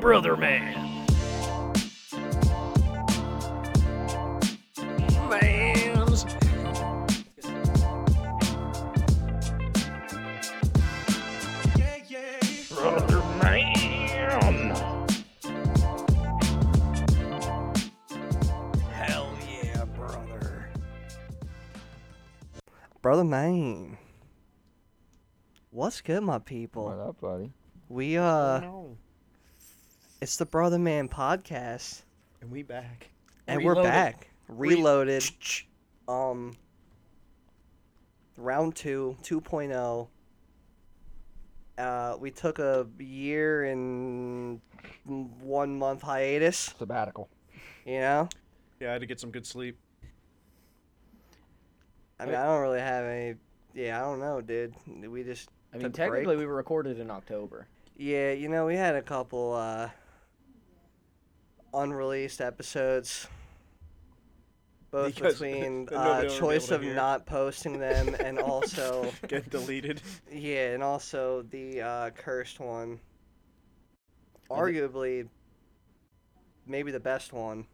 Brother Man. Mans. Brother Man. Hell yeah, brother. Brother Maine. What's good, my people? What up, buddy? We, uh, no. it's the Brother Man podcast, And we back. and we're Reloaded. back. Reloaded. um, round two, 2.0. Uh, we took a year and one month hiatus, Sabbatical. you know? Yeah, I had to get some good sleep. I mean, I don't really have any. Yeah, I don't know, dude. We just. I mean, took a break. technically, we were recorded in October. Yeah, you know, we had a couple uh unreleased episodes both Because between then nobody uh, will be choice able to of hear. not posting them and also Get deleted. yeah, and also the uh cursed one. Arguably maybe the best one.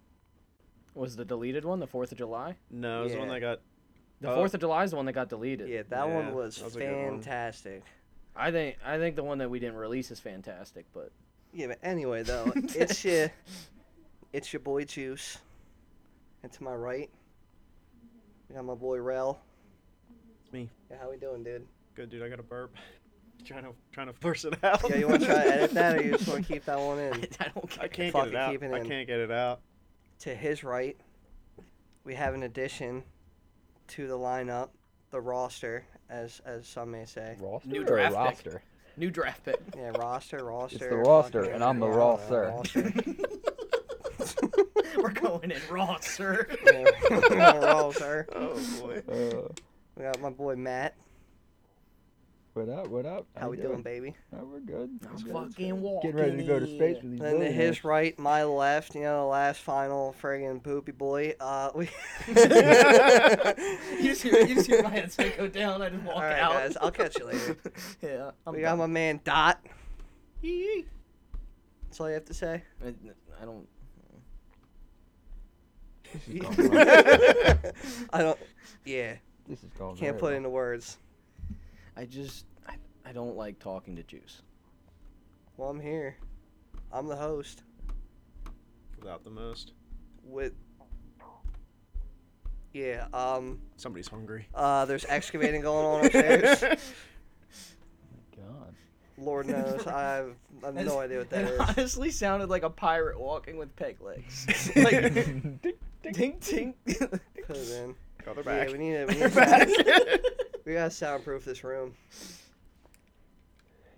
Was the deleted one the Fourth of July? No, it was the one Yeah. that got. The Oh. Fourth of July is the one that got deleted. Yeah, that Yeah, one was, that was a good one. fantastic. I think I think the one that we didn't release is fantastic, but Yeah, but anyway though, it's your it's your boy Juice. And to my right, we got my boy Rel. It's me. Yeah, how we doing, dude? Good dude, I got a burp. trying to trying to force it out. Yeah, you want to try to edit that, or you just want to keep that one I in? don't care. I can't Fuck get it it, out. keep it I in. can't get it out. To his right, we have an addition to the lineup, the roster, as as some may say. Roster. New or draft pick. roster. New draft pick. Yeah, roster, roster. roster, fucking- and I'm the yeah, raw, uh, sir. roster. we're going in raw, sir. Yeah, I'm the raw, sir. Oh boy. Uh, We got my boy Matt. what up? What up? How we doing, baby? Oh, we're good. I'm We're good. fucking Getting ready to go to walking space in. with these Then to billionaires. his right, my left, you know, the last final friggin' poopy boy. Uh, we. You just hear, you just hear my headset go down. I just walk All right, out. guys, I'll catch you later. yeah, I'm we got done. my man Dot. That's all you have to say. I, I don't. I don't. Yeah, This is going can't very put well. it into words. I just. I, I don't like talking to Juice. Well, I'm here. I'm the host Without the most. with. Yeah. Um. Somebody's hungry. Uh. There's excavating going on upstairs. God. Lord knows. I've. I've no idea what that It is. honestly sounded like a pirate walking with peg legs. like, ding, ding. Put it in. Oh, they're Yeah, back. we need to. We, They're need back. to we gotta soundproof this room.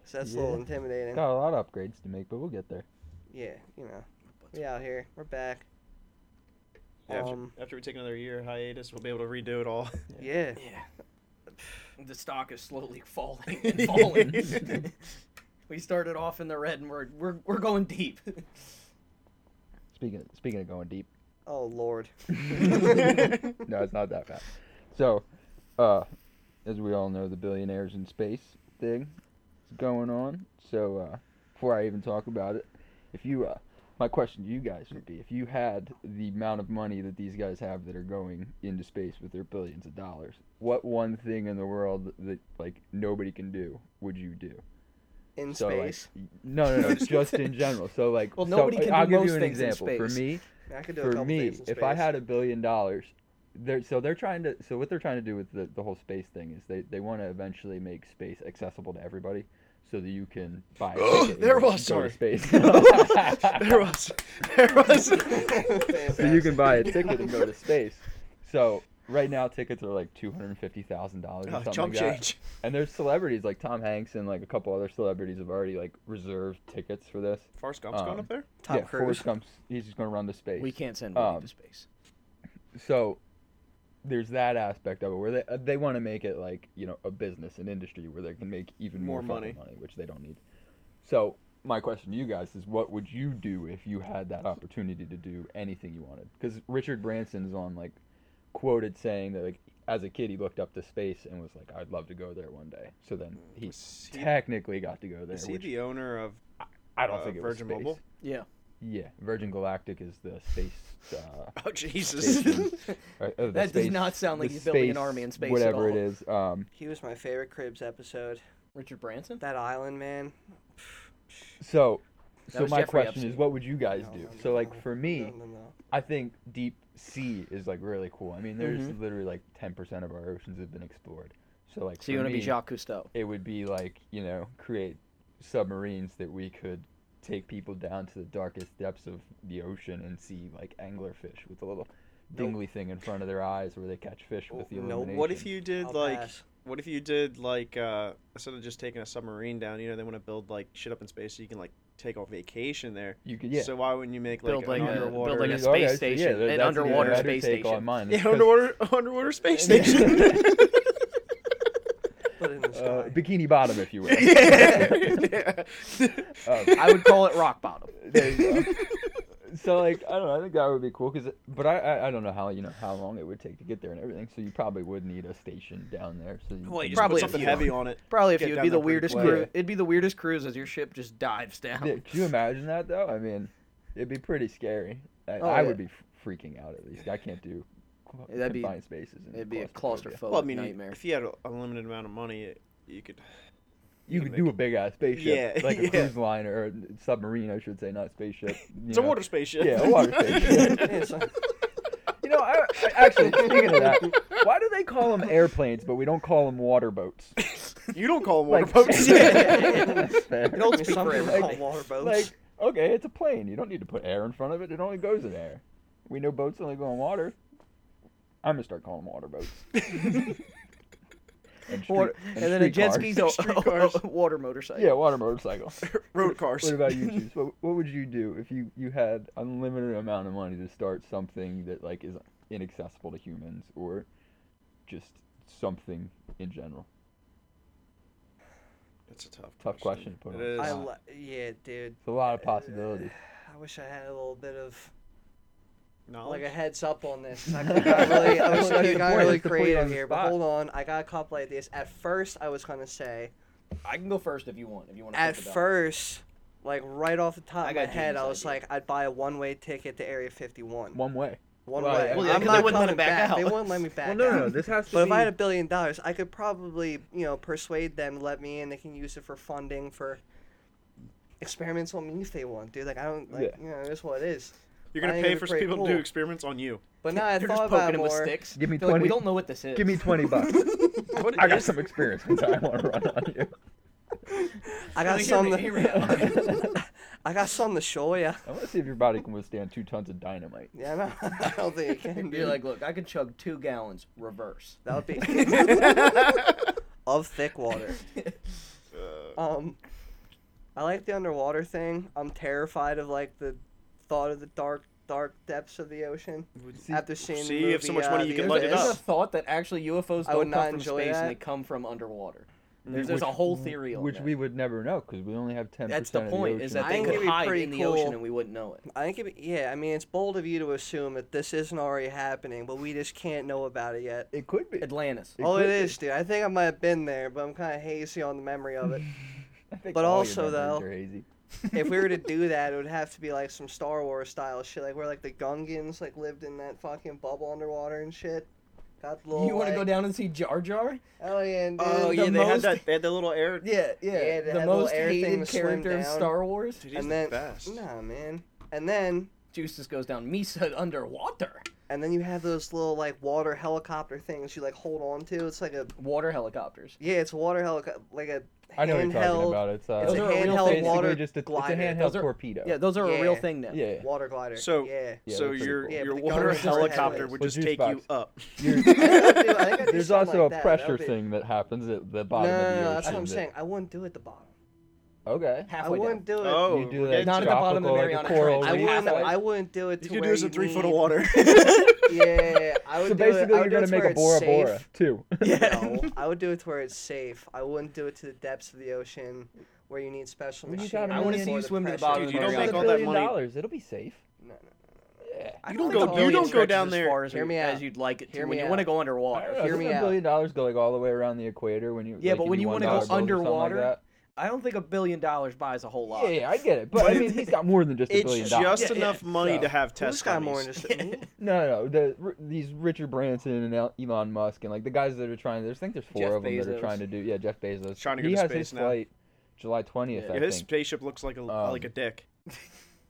So that's a little Yeah. intimidating. Got a lot of upgrades to make, but we'll get there. Yeah. You know. We out here. We're back. Yeah, after, Um, after we take another year hiatus, we'll be able to redo it all. Yeah. yeah. The stock is slowly falling and falling. we started off in the red and we're, we're, we're going deep. Speaking of, speaking of going deep, Oh Lord. no, it's not that bad. So, uh, as we all know, the billionaires in space thing is going on. So, uh, before I even talk about it, if you, uh, my question to you guys would be, if you had the amount of money that these guys have that are going into space with their billions of dollars, what one thing in the world that like nobody can do would you do? In So, like, space. no, no, no, just in general. So, like, Well, so, nobody can do I'll give most you an things in example. For space. me, I, mean, I could do a for couple me, things in if I space. had a billion dollars, they're so they're trying to so what they're trying to do with the, the whole space thing is they, they want to eventually make space accessible to everybody so that you can buy a ticket and There go was to one. space. there was. There was. so you can buy a ticket and go to space. So right now tickets are like two hundred and fifty thousand dollars or Ah, something Oh, chump like that. change. And there's celebrities like Tom Hanks and like a couple other celebrities have already like reserved tickets for this. Forrest Gump's going Um, up there. Tom yeah, Cruise. Forrest Gump's he's just gonna run to space. We can't send money Um, to space. so there's that aspect of it where they uh, they want to make it like you know a business an industry where they can make even more, More fucking money. money which they don't need so my question to you guys is what would you do if you had that opportunity to do anything you wanted because richard branson's on like quoted saying that like as a kid he looked up to space and was like i'd love to go there one day so then he Is he- technically got to go there Is he which the owner of I don't Uh, think it Virgin was space. Mobile? Yeah. Yeah, Virgin Galactic is the space. Uh, Oh Jesus! station, right, uh, the That does space- not sound like the he's building an space, army in space at Whatever it all. is, um, He was my favorite Cribs episode. Richard Branson? That island man. So, That so was my Jeffrey question is, Epstein. what would you guys No, do? no, So, like no, for me, no, no, no. I think deep sea is like really cool. I mean, there's Mm-hmm. literally like ten percent of our oceans have been explored. So, like, So you for want to be me, Jacques Cousteau? It would be like you know, create submarines that we could take people down to the darkest depths of the ocean and see like anglerfish with a little dingly thing in front of their eyes where they catch fish with the No, illumination. what if you did I'll like? pass. What if you did like? uh Instead of just taking a submarine down, you know, they want to build like shit up in space, so you can like take a vacation there. you could yeah. So why wouldn't you make like Build, an like, a- build, underwater? like, a Okay, space so yeah, station, an that's even a underwater better space take on station. mine, is yeah, 'cause- underwater underwater space station. Put it in the sky. Uh, bikini bottom, if you will. yeah. Um, I would call it rock bottom. there you go. so like I don't know. I think that would be cool because, but I, I I don't know how you know how long it would take to get there and everything. So you probably would need a station down there. So you Well, can- you just Probably put a something few. heavy on it. Probably if Get you would down be the there pretty weirdest quick. cruise. It'd be the weirdest cruise as your ship just dives down. Yeah, Could you imagine that though? I mean, it'd be pretty scary. I, Oh, I yeah. would be f- freaking out at least. I can't do co- Yeah, that'd be- confined spaces. And It'd be a claustrophobia. claustrophobic Well, I mean, nightmare. if you had a unlimited amount of money, it, you could. You you could could do make a big ass spaceship, Yeah, like a yeah. cruise line or a submarine, I should say, not spaceship. you It's a know. water spaceship. Yeah, a water spaceship. Yeah, it's like- You know, I, I- actually speaking of that, why do they call them airplanes but we don't call them water boats? you don't call them water Like- boats. That's fair. I mean, speak some for people everybody. call water boats. Like, okay, it's a plane. You don't need to put air in front of it. It only goes in air. We know boats only go on water. I'm gonna start calling them water boats. and, street, Water, and, then a street jet cars. ski's a, Street a, cars. water motorcycle. Yeah, water motorcycle. Road cars. What about you, Juice? What, what would you do if you, you had unlimited amount of money to start something that like is inaccessible to humans or just something in general? That's a tough Tough question to put It on. I is. Uh, li- yeah, dude. It's a lot of possibilities. I wish I had a little bit of Knowledge. like a heads up on this. I could have got really, I Well, was that's I the got point, really that's the point on creative the here, but spot. hold on. I got to contemplate this. At first, I was gonna say. I can go first if you want. If you want to. At first, like right off the top I of my got head, James' I was idea. like, I'd buy a one-way ticket to Area 51. One way. One Well, way. yeah. Well, yeah, I'm 'cause not they wouldn't let coming him back back. They out. wouldn't let me back out. this has But if I had a billion dollars, I could probably, you know, persuade them to let me in. They can use it for funding for experiments on me if they want, dude. Like I don't, like Yeah. you know, that's what it is. You're gonna I think pay it'd for be pretty people to do cool. experiments on you. But now I They're thought just about poking it him with more. sticks. Give me They're Like, 20 we don't know what this is. Give me 20 bucks. What I got is- some experiments I want to run on you. I got some. to- I got some to show you. I want to see if your body can withstand two tons of dynamite. Yeah, no, I don't think it can. You're dude. like, look, I can chug two gallons reverse. that would be of thick water. Uh, Um, I like the underwater thing. I'm terrified of like the thought of the dark, dark depths of the ocean. See, After seeing see, the movie, if so much money uh, you The can light it there's Abyss. a up. thought that actually UFOs I would don't not come from enjoy space that. and they come from underwater. There's, there's a whole theory on Mm, which that. we would never know because we only have 10% That's the of point, the is ocean. that I they think it'd could be hide pretty in the cool. ocean and we wouldn't know it. I think, it, yeah, I mean, it's bold of you to assume that this isn't already happening, but we just can't know about it yet. It could be. Atlantis. It oh, it could is, dude. I think I might have been there, but I'm kind of hazy on the memory of it. I think but all your also, memories though- are hazy. if we were to do that, it would have to be like some Star Wars style shit, like where like the Gungans like lived in that fucking bubble underwater and shit. Got the little. You want to like- go down and see Jar Jar? Oh yeah, and dude, oh the yeah, they had most- that. They had that little air. Yeah, Yeah, they the had a little most air thing hated to swim character of down. Star Wars. Dude, he's and the then best. nah, man, and then Juice just goes down. Misa underwater. and then you have those little like water helicopter things you like hold on to. It's like a Water helicopters. yeah, it's a water helicopter, like a I know what you're talking handheld about. It's, uh, it's a Those are real handheld things. water basically just a, glider. It's a handheld Those are- torpedo. Yeah, those are a real Yeah. thing now. yeah. Water glider. So- yeah. Yeah, so they're pretty your cool. Yeah, your but the water guns are helicopter heavy. would Well, just juice take you box. up. You're- I think I do There's something also like a that. pressure That'd be- thing that happens at the No, bottom no, of the no, ocean. that's what I'm that- saying. I wouldn't do it at the bottom. Okay. I Halfway down. wouldn't do it. Oh, you do we're that getting Not at the bottom of tropical, like Mariana a coral Trench. I reef. wouldn't. halfway. I wouldn't do it to You could where do this you in three foot of need- water. Yeah, I would So do it. basically, I you're would do gonna it to make where a it's Bora safe. Bora too. No, I would do it to where it's safe. I wouldn't do it to the depths of the ocean where you need special Well, you machines. got a I wanna million- see you for the swim to the pressure. bottom Dude, you don't don't make make a all that billion money. dollars. It'll be safe. No, no, no. I You don't think go- a you billion don't go stretches down as there- far as, Hear me as out. you'd like it to. Hear When me you want to out. go I don't underwater. know, Hear doesn't me a out. billion dollars go like all the way around the equator when you Yeah, like, but if when you you want wanna go dollar bills or something like underwater, that? I don't think a billion dollars buys a whole lot. Yeah, yeah, I get it, but I mean, he's got more than just a It's billion just dollars. Yeah, enough yeah. money So- to have Who's test got more dummies. interested? No, no, no. The r- these Richard Branson and El- Elon Musk and like the guys that are trying. There's I think there's four Jeff of them that Bezos. are trying to do. Yeah, Jeff Bezos. Trying to go he to has his space now. flight July twentieth. Yeah, I Yeah, his think. spaceship looks like a like a dick.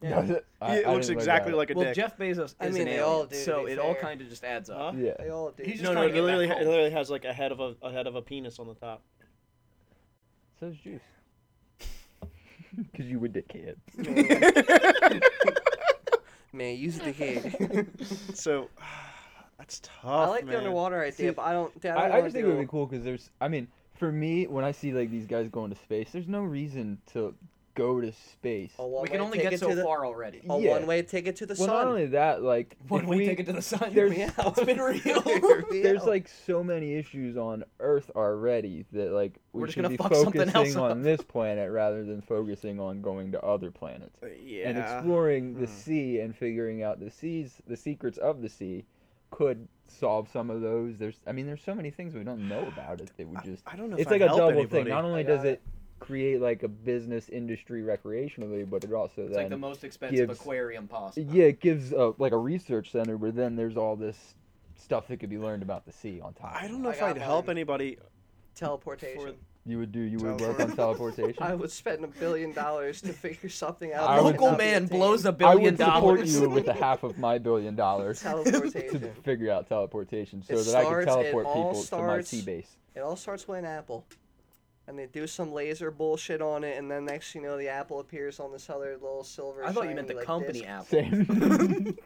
Does it? I- it I looks didn't look exactly at it. like a Well, dick. Jeff Bezos is I mean, an they alien, all do, to so be it all fair. kind of just adds up. Huh? Yeah. They all do. He's just no, no, trying it to get literally, back it home. literally has like a head of a, a head of a penis on the top. So is juice. Because you would dickhead. Man, use the kid. So that's tough. I like man. the underwater idea, See, but I don't. I, don't I, I wanna just think it would do- be cool because there's. I mean, for me, when I see like these guys going to space, there's no reason to go to space. a one-way we can only ticket get so to the, far already. A Yeah. one-way ticket to the Well, not sun. only that, like One if way we- ticket to the sun. there's- yeah, it's been There's- real. there's Yeah. like so many issues on Earth already that like we We're just should gonna be fuck something else focusing on up. this planet rather than focusing on going to other planets Uh, Yeah. and exploring the Hmm. sea and figuring out the seas, the secrets of the sea, could solve some of those. There's, I mean, there's so many things we don't know about it that would just. I don't know. If It's I'd like a help double anybody. thing. Not only I does got it create like a business industry recreationally, but it also It's then like the most expensive gives- aquarium possible. yeah, it gives uh like a research center, but then there's all this stuff that could be learned about the sea on top. I don't know I if got I'd help mine. anybody. teleportation. You would do. You would work on teleportation. I would spend a billion dollars to figure something out. I that would- Local cannot be man attained. blows a I billion would support dollars. you with the half of my billion dollars to teleportation. figure out teleportation, so It that I could starts- it teleport all people to my starts- sea base. It all starts with an apple. And they do some laser bullshit on it, and then next you know the apple appears on this other little silver. I thought you shiny, meant the like, company disc. Apple. Same.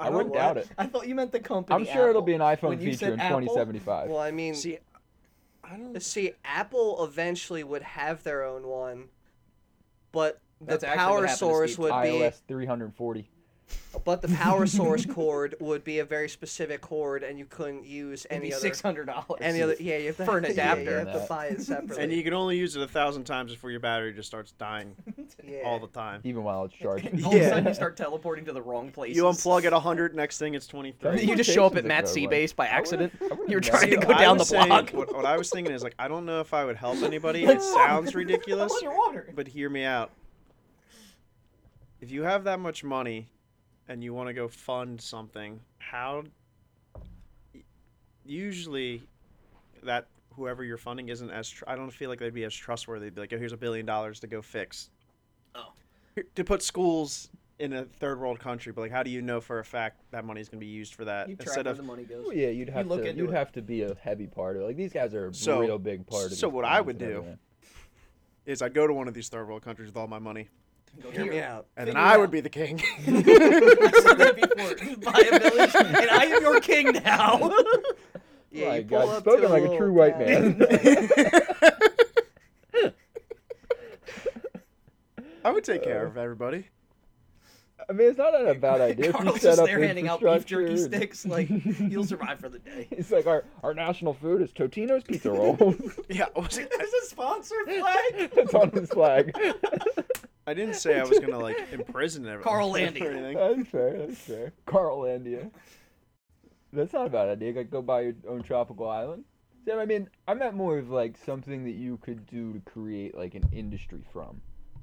I don't wouldn't know doubt what. it. I thought you meant the company. I'm sure it'll be an iPhone Apple. When you feature said in Apple- 2075. Well, I mean, See, I don't. See, Apple eventually would have their own one, but the That's actually what power happened to source Steve would be, iOS 340. but the power source cord would be a very specific cord, and you couldn't use It'd any be other. six hundred dollars. Any other? Yeah, you have to For an Yeah, adapter. you have to That. buy it separately. And you can only use it a thousand times before your battery just starts dying yeah. all the time. Even while it's charging. All of a Yeah. sudden, you start teleporting to the wrong place. You unplug at hundred, next thing it's twenty three. You just show up Teleportation's at a Matt's Sea good one. Base by accident. would've never- You're trying to See, go I down the was saying- block. What, what I was thinking is like, I don't know if I would help anybody. It sounds ridiculous, Underwater. but hear me out. If you have that much money, and you want to go fund something, how? Usually, that whoever you're funding isn't as. Tr- I don't feel like they'd be as trustworthy. They'd be like, oh, here's a billion dollars to go fix. Oh. Here- To put schools in a third world country, but like, how do you know for a fact that money's going to be used for that You track instead where of the money goes. Well, Oh, yeah, you'd have look to. into You'd it. have to be a heavy part of. it. Like these guys are a So- real big part of. so these what I plans would and do- everything. is I'd go to one of these third world countries with all my money, Go Hear me here. out. and then Figure it I would out. be the king. I said that before. Just buy a village, and I am your king now. Yeah, My you pull God, up spoken to like a little true white town. I would take care of Uh. everybody. I mean, it's not a bad idea. if you Carl's set just up there handing out beef jerky infrastructure and- sticks. Like you'll survive for the day. It's like our, our national food is Totino's pizza rolls. Yeah, was it- There's a sponsor flag. That's on his flag. I didn't say I was gonna like imprison everyone. Carl or Landy. anything. That's fair. That's fair. Carlandia. That's not a bad idea. Like, go buy your own tropical island. Sam, I mean, I meant more of like something that you could do to create like an industry from.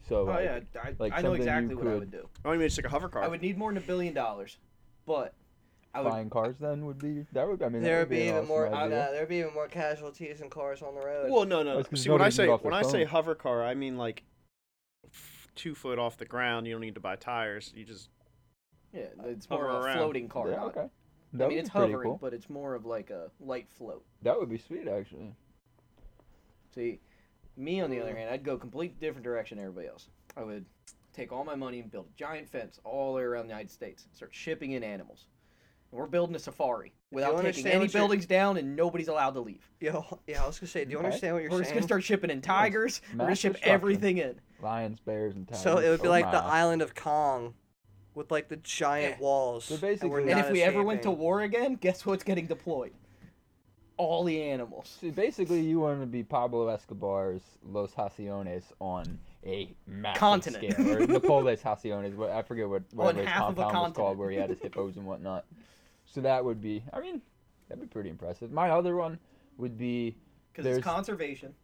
So, Oh like, yeah, I, like I know something you exactly what I could- would do. Oh, you mean it's like a hover car? I would need more than a billion dollars, but I would. buying cars then would be that would. I mean, that There would would be an even awesome more. idea. I know, there'd be even more casualties and cars on the road. Well, no, no. That's 'cause See, when I nobody's say gonna get off when I their say phone. hover car, I mean like f- two foot off the ground. You don't need to buy tires. You just Yeah, it's more Hover of a around. floating car. Yeah, not- okay. That I would mean, be it's pretty hovering, cool. but it's more of like a light float. That would be sweet, actually. See, me on the other hand, I'd go complete different direction than everybody else. I would take all my money and build a giant fence all the way around the United States. Start shipping in animals. And we're building a safari without taking understand any what you're- buildings down, and nobody's allowed to leave. Yo, yeah, I was gonna say, do you Okay. understand what you're We're just saying? gonna start shipping in tigers. We're gonna mass ship destruction. everything in. Lions, bears, and tigers. So it would be Oh like the my. island of Kong, with like the giant Yeah. walls. So and, we're basically- And not if we ever went to escaping. war again, guess what's getting deployed? All the animals. So basically, you want to be Pablo Escobar's Los Haciones on a massive Continent. scale, or Napole's Haciones. what- I forget what On whatever his half of a compound was continent. called, where he had his hippos and whatnot. So that would be, I mean, that'd be pretty impressive. My other one would be Because There's- it's conservation.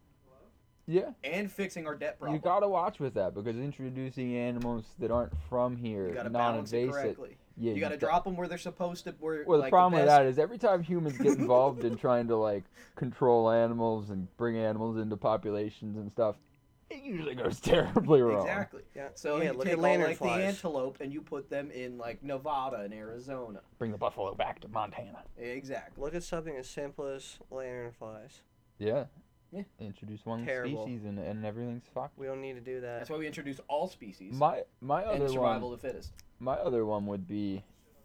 Yeah, and fixing our debt problem. you gotta watch with that because introducing animals that aren't from here, You gotta balance it non-invasive. correctly. Yeah, you gotta got- drop them where they're supposed to. Where Well, the like, problem the with best- that is every time humans get involved in trying to like control animals and bring animals into populations and stuff, it usually goes terribly wrong. Exactly. Yeah. So yeah, you look take at all, lanternflies. like the antelope and you put them in like Nevada and Arizona. Bring the buffalo back to Montana. Exactly. Look at something as simple as lanternflies. Yeah. Yeah. Introduce one Terrible. species and, and everything's fucked. We don't need to do that. That's why we introduce all species My my and other survival one of the fittest. my other one would be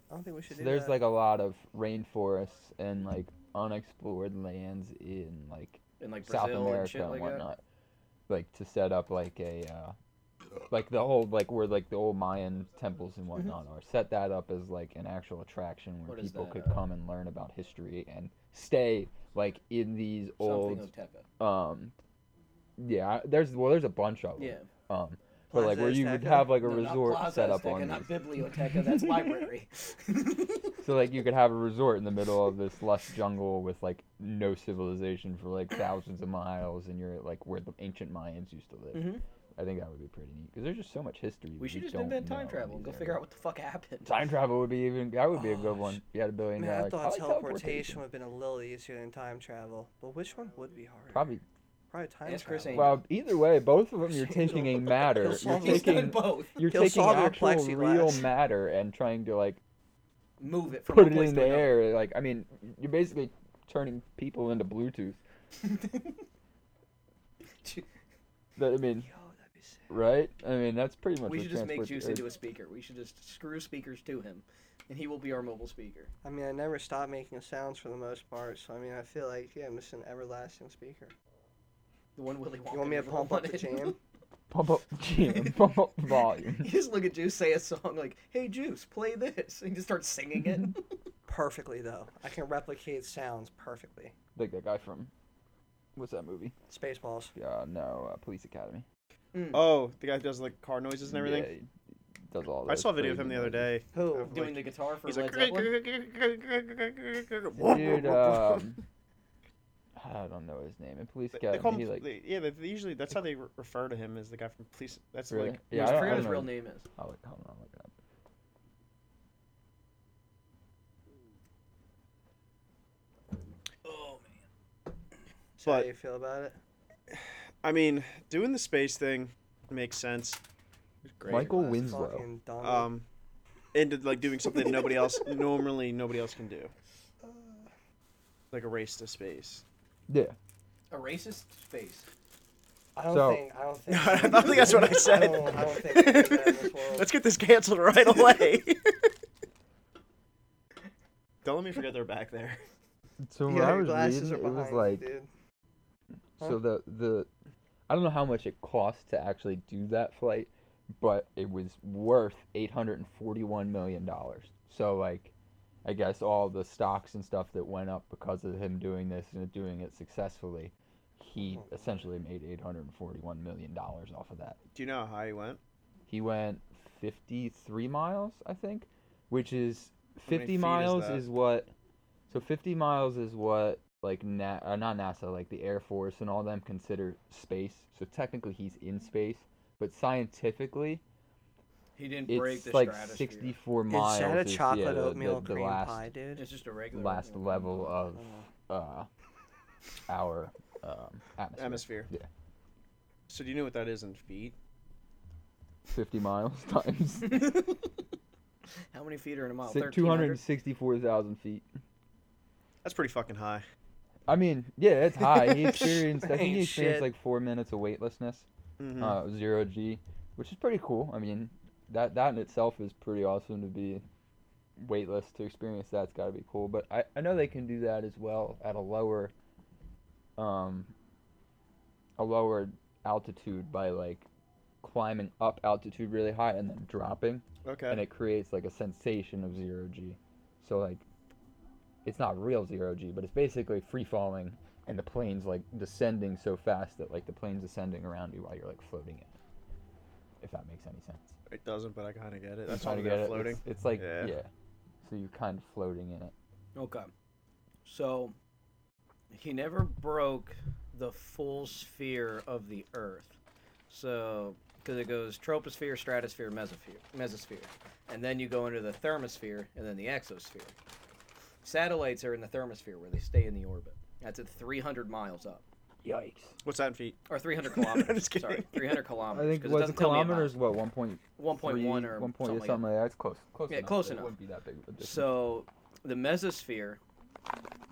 I don't think we should so do uh, there's that. like a lot of rainforests and like unexplored lands in like In like South Brazil America and shit like that. whatnot. Like to set up like a uh, like the whole like where like the old Mayan temples and whatnot are. Set that up as like an actual attraction where Mm-hmm. What is people that, could uh, come and learn about history and stay like in these Something old of Teca. um yeah, I- there's well there's a bunch of them. Yeah. Um but like Plaza where you would Azteca? have like a No, not resort Plaza set up Azteca, on Not these. biblioteca. That's library. So like you could have a resort in the middle of this lush jungle with like no civilization for like thousands of miles, and you're at like where the ancient Mayans used to live. Mhm. I think that would be pretty neat because there's just so much history. we should just don't invent know time in travel and go these figure out areas. what the fuck happened. time travel would be even that would be a Oh, good one. If you had a billion Man, I dollars. thought probably teleportation, teleportation. would have been a little easier than time travel, but which one would be harder? Probably. Probably time Ask Chris travel. Angel. Well, either way, both of them you're taking a matter. He'll You're solve it. He's done taking both. you're He'll taking solve it with actual real plexiglass. matter and trying to like Move it from put one it place in to the another. air. Like I mean, you're basically turning people into Bluetooth. That, I mean, Yo, that'd be sick. right? I mean, that's pretty much. we what should just make transport- Juice or- into a speaker. We should just screw speakers to him, and he will be our mobile speaker. I mean, I never stop making sounds for the most part, so I mean, I feel like, yeah, I'm just an everlasting speaker. The one Willy Wonka. You want me to never pump up the wanted. jam? pump up jam, pump up you volume. just look at Juice say a song like, "Hey Juice, play this," and you just start singing it. Perfectly, though. I can replicate sounds perfectly. like that guy from, what's that movie? Spaceballs. Yeah, no, uh, Police Academy. Oh, the guy who does like car noises and everything. Yeah, he does all. I those saw a video of crazy him the other noises. day. Who? Of, Doing like, the guitar for he's Led like, Zeppelin. Dude, um, I don't know his name. In Police They- they call Academy, he him, like, they- yeah, they, they usually that's how they re- refer to him as the guy from police. That's really? like yeah, I I don't, I forget what don't his know. real name is. I'll look, oh, hold on, I'll look it up. Oh man. So how but- do you feel about it? I mean, doing the space thing makes sense. It's Great. Michael Last Winslow. fucking dummy. Um, and like doing something that nobody else normally nobody else can do, like a race to space. Yeah. A racist space. I don't so- think. I don't think. I don't think that's what I said. don't- I don't think we do that in this world. Let's get this canceled right away. Don't let me forget they're back there. So when Yeah, I your was glasses reading, it are was behind like you, dude. So the the I don't know how much it cost to actually do that flight, but it was worth eight hundred and forty one million dollars. So like I guess all the stocks and stuff that went up because of him doing this and doing it successfully, he essentially made eight hundred and forty one million dollars off of that. Do you know how high he went? He went 53 miles, I think, which is many 50 feet is miles that? is, what. So 50 miles is what like Na- uh, not NASA, like the Air Force and all them consider space. So technically he's in space, but scientifically He didn't break it's the like stratosphere. 64 Is miles. that a yeah, chocolate the- oatmeal the, the cream last, pie, dude? It's just a regular. last one. level of know. uh, our um, atmosphere. Atmosphere. Yeah. So do you know what that is in feet? 50 miles times How many feet are in a mile? si- 1300? 264,000 feet. That's pretty fucking high. I mean, yeah, it's high. He experienced. I think Ain't he experienced shit. Hmm. like four minutes of weightlessness, Mhm. uh, zero G, which is pretty cool. I mean, that that in itself is pretty awesome to be weightless to experience. That's got to be cool. But I, I know they can do that as well at a lower, um, a lower altitude by like climbing up altitude really high and then dropping, okay. and it creates like a sensation of zero G. So like, it's not real zero G, but it's basically free falling, and the plane's like descending so fast that like the plane's descending around you while you're like floating in. If that makes any sense. It doesn't, but I kind of get it. That's Kinda why get it. they're floating. It's, it's like yeah. Yeah. So you're kind of floating in it. Okay. So he never broke the full sphere of the Earth. So, because it goes troposphere, stratosphere, mesosphere, mesosphere, and then you go into the thermosphere and then the exosphere. Satellites are in the thermosphere where they stay in the orbit. That's at 300 miles up, Yikes. What's that in feet? or 300 I'm kilometers. just kidding. Sorry, 300 I kilometers. think 'cause was doesn't the tell me a mile. kilometers what 1.3, 1.1 or 1. something like that. something like that. It's close. Close Yeah, enough. close It enough. wouldn't be that big of a difference. So the mesosphere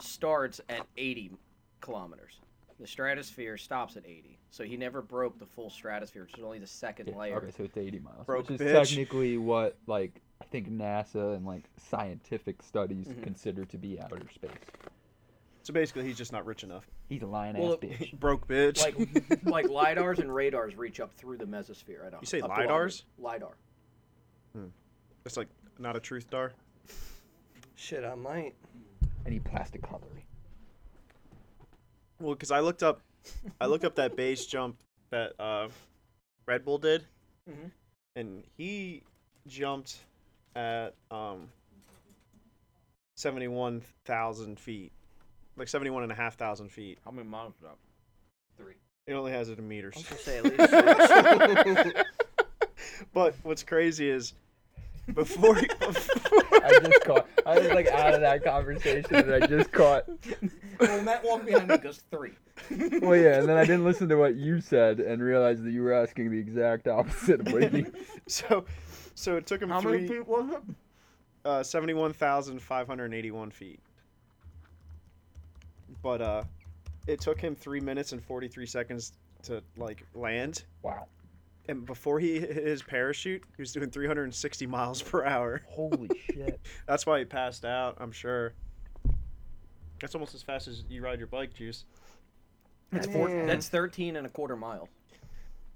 starts at 80 kilometers. The stratosphere stops at 80. So he never broke the full stratosphere, which is only the second Yeah, layer. Okay, so it's 80 miles, Broke which is bitch. technically what like I think NASA and like scientific studies Mm-hmm. Mhm. consider to be outer space. So basically, he's just not rich enough. He's a lion ass Well, bitch. Broke bitch. Like like lidars and radars reach up through the mesosphere. I don't. You say up to 100. lidars? Lidar. It's like not a truth dar. Shit, I might. I need plastic cutlery. Well, because I looked up, I looked up that base jump that uh, Red Bull did, Mhm. and he jumped at um, seventy-one thousand feet, like seventy-one and a half thousand feet. How many miles is that? It only has it in I'm meters. gonna say at least six. but what's crazy is before, before I just caught. I was like out of that conversation, and I just caught. well, Matt walked behind me and goes three. Well, yeah, and then I didn't listen to what you said and realized that you were asking the exact opposite of what you. so, so it took him How many three feet was it? uh, seventy-one thousand five hundred eighty-one feet. But uh, it took him three minutes and forty-three seconds to like land. Wow. and before he hit his parachute, he was doing 360 miles per hour. Holy shit. That's why he passed out, I'm sure. That's almost as fast as you ride your bike, Juice. That's, That's 13 and a quarter miles.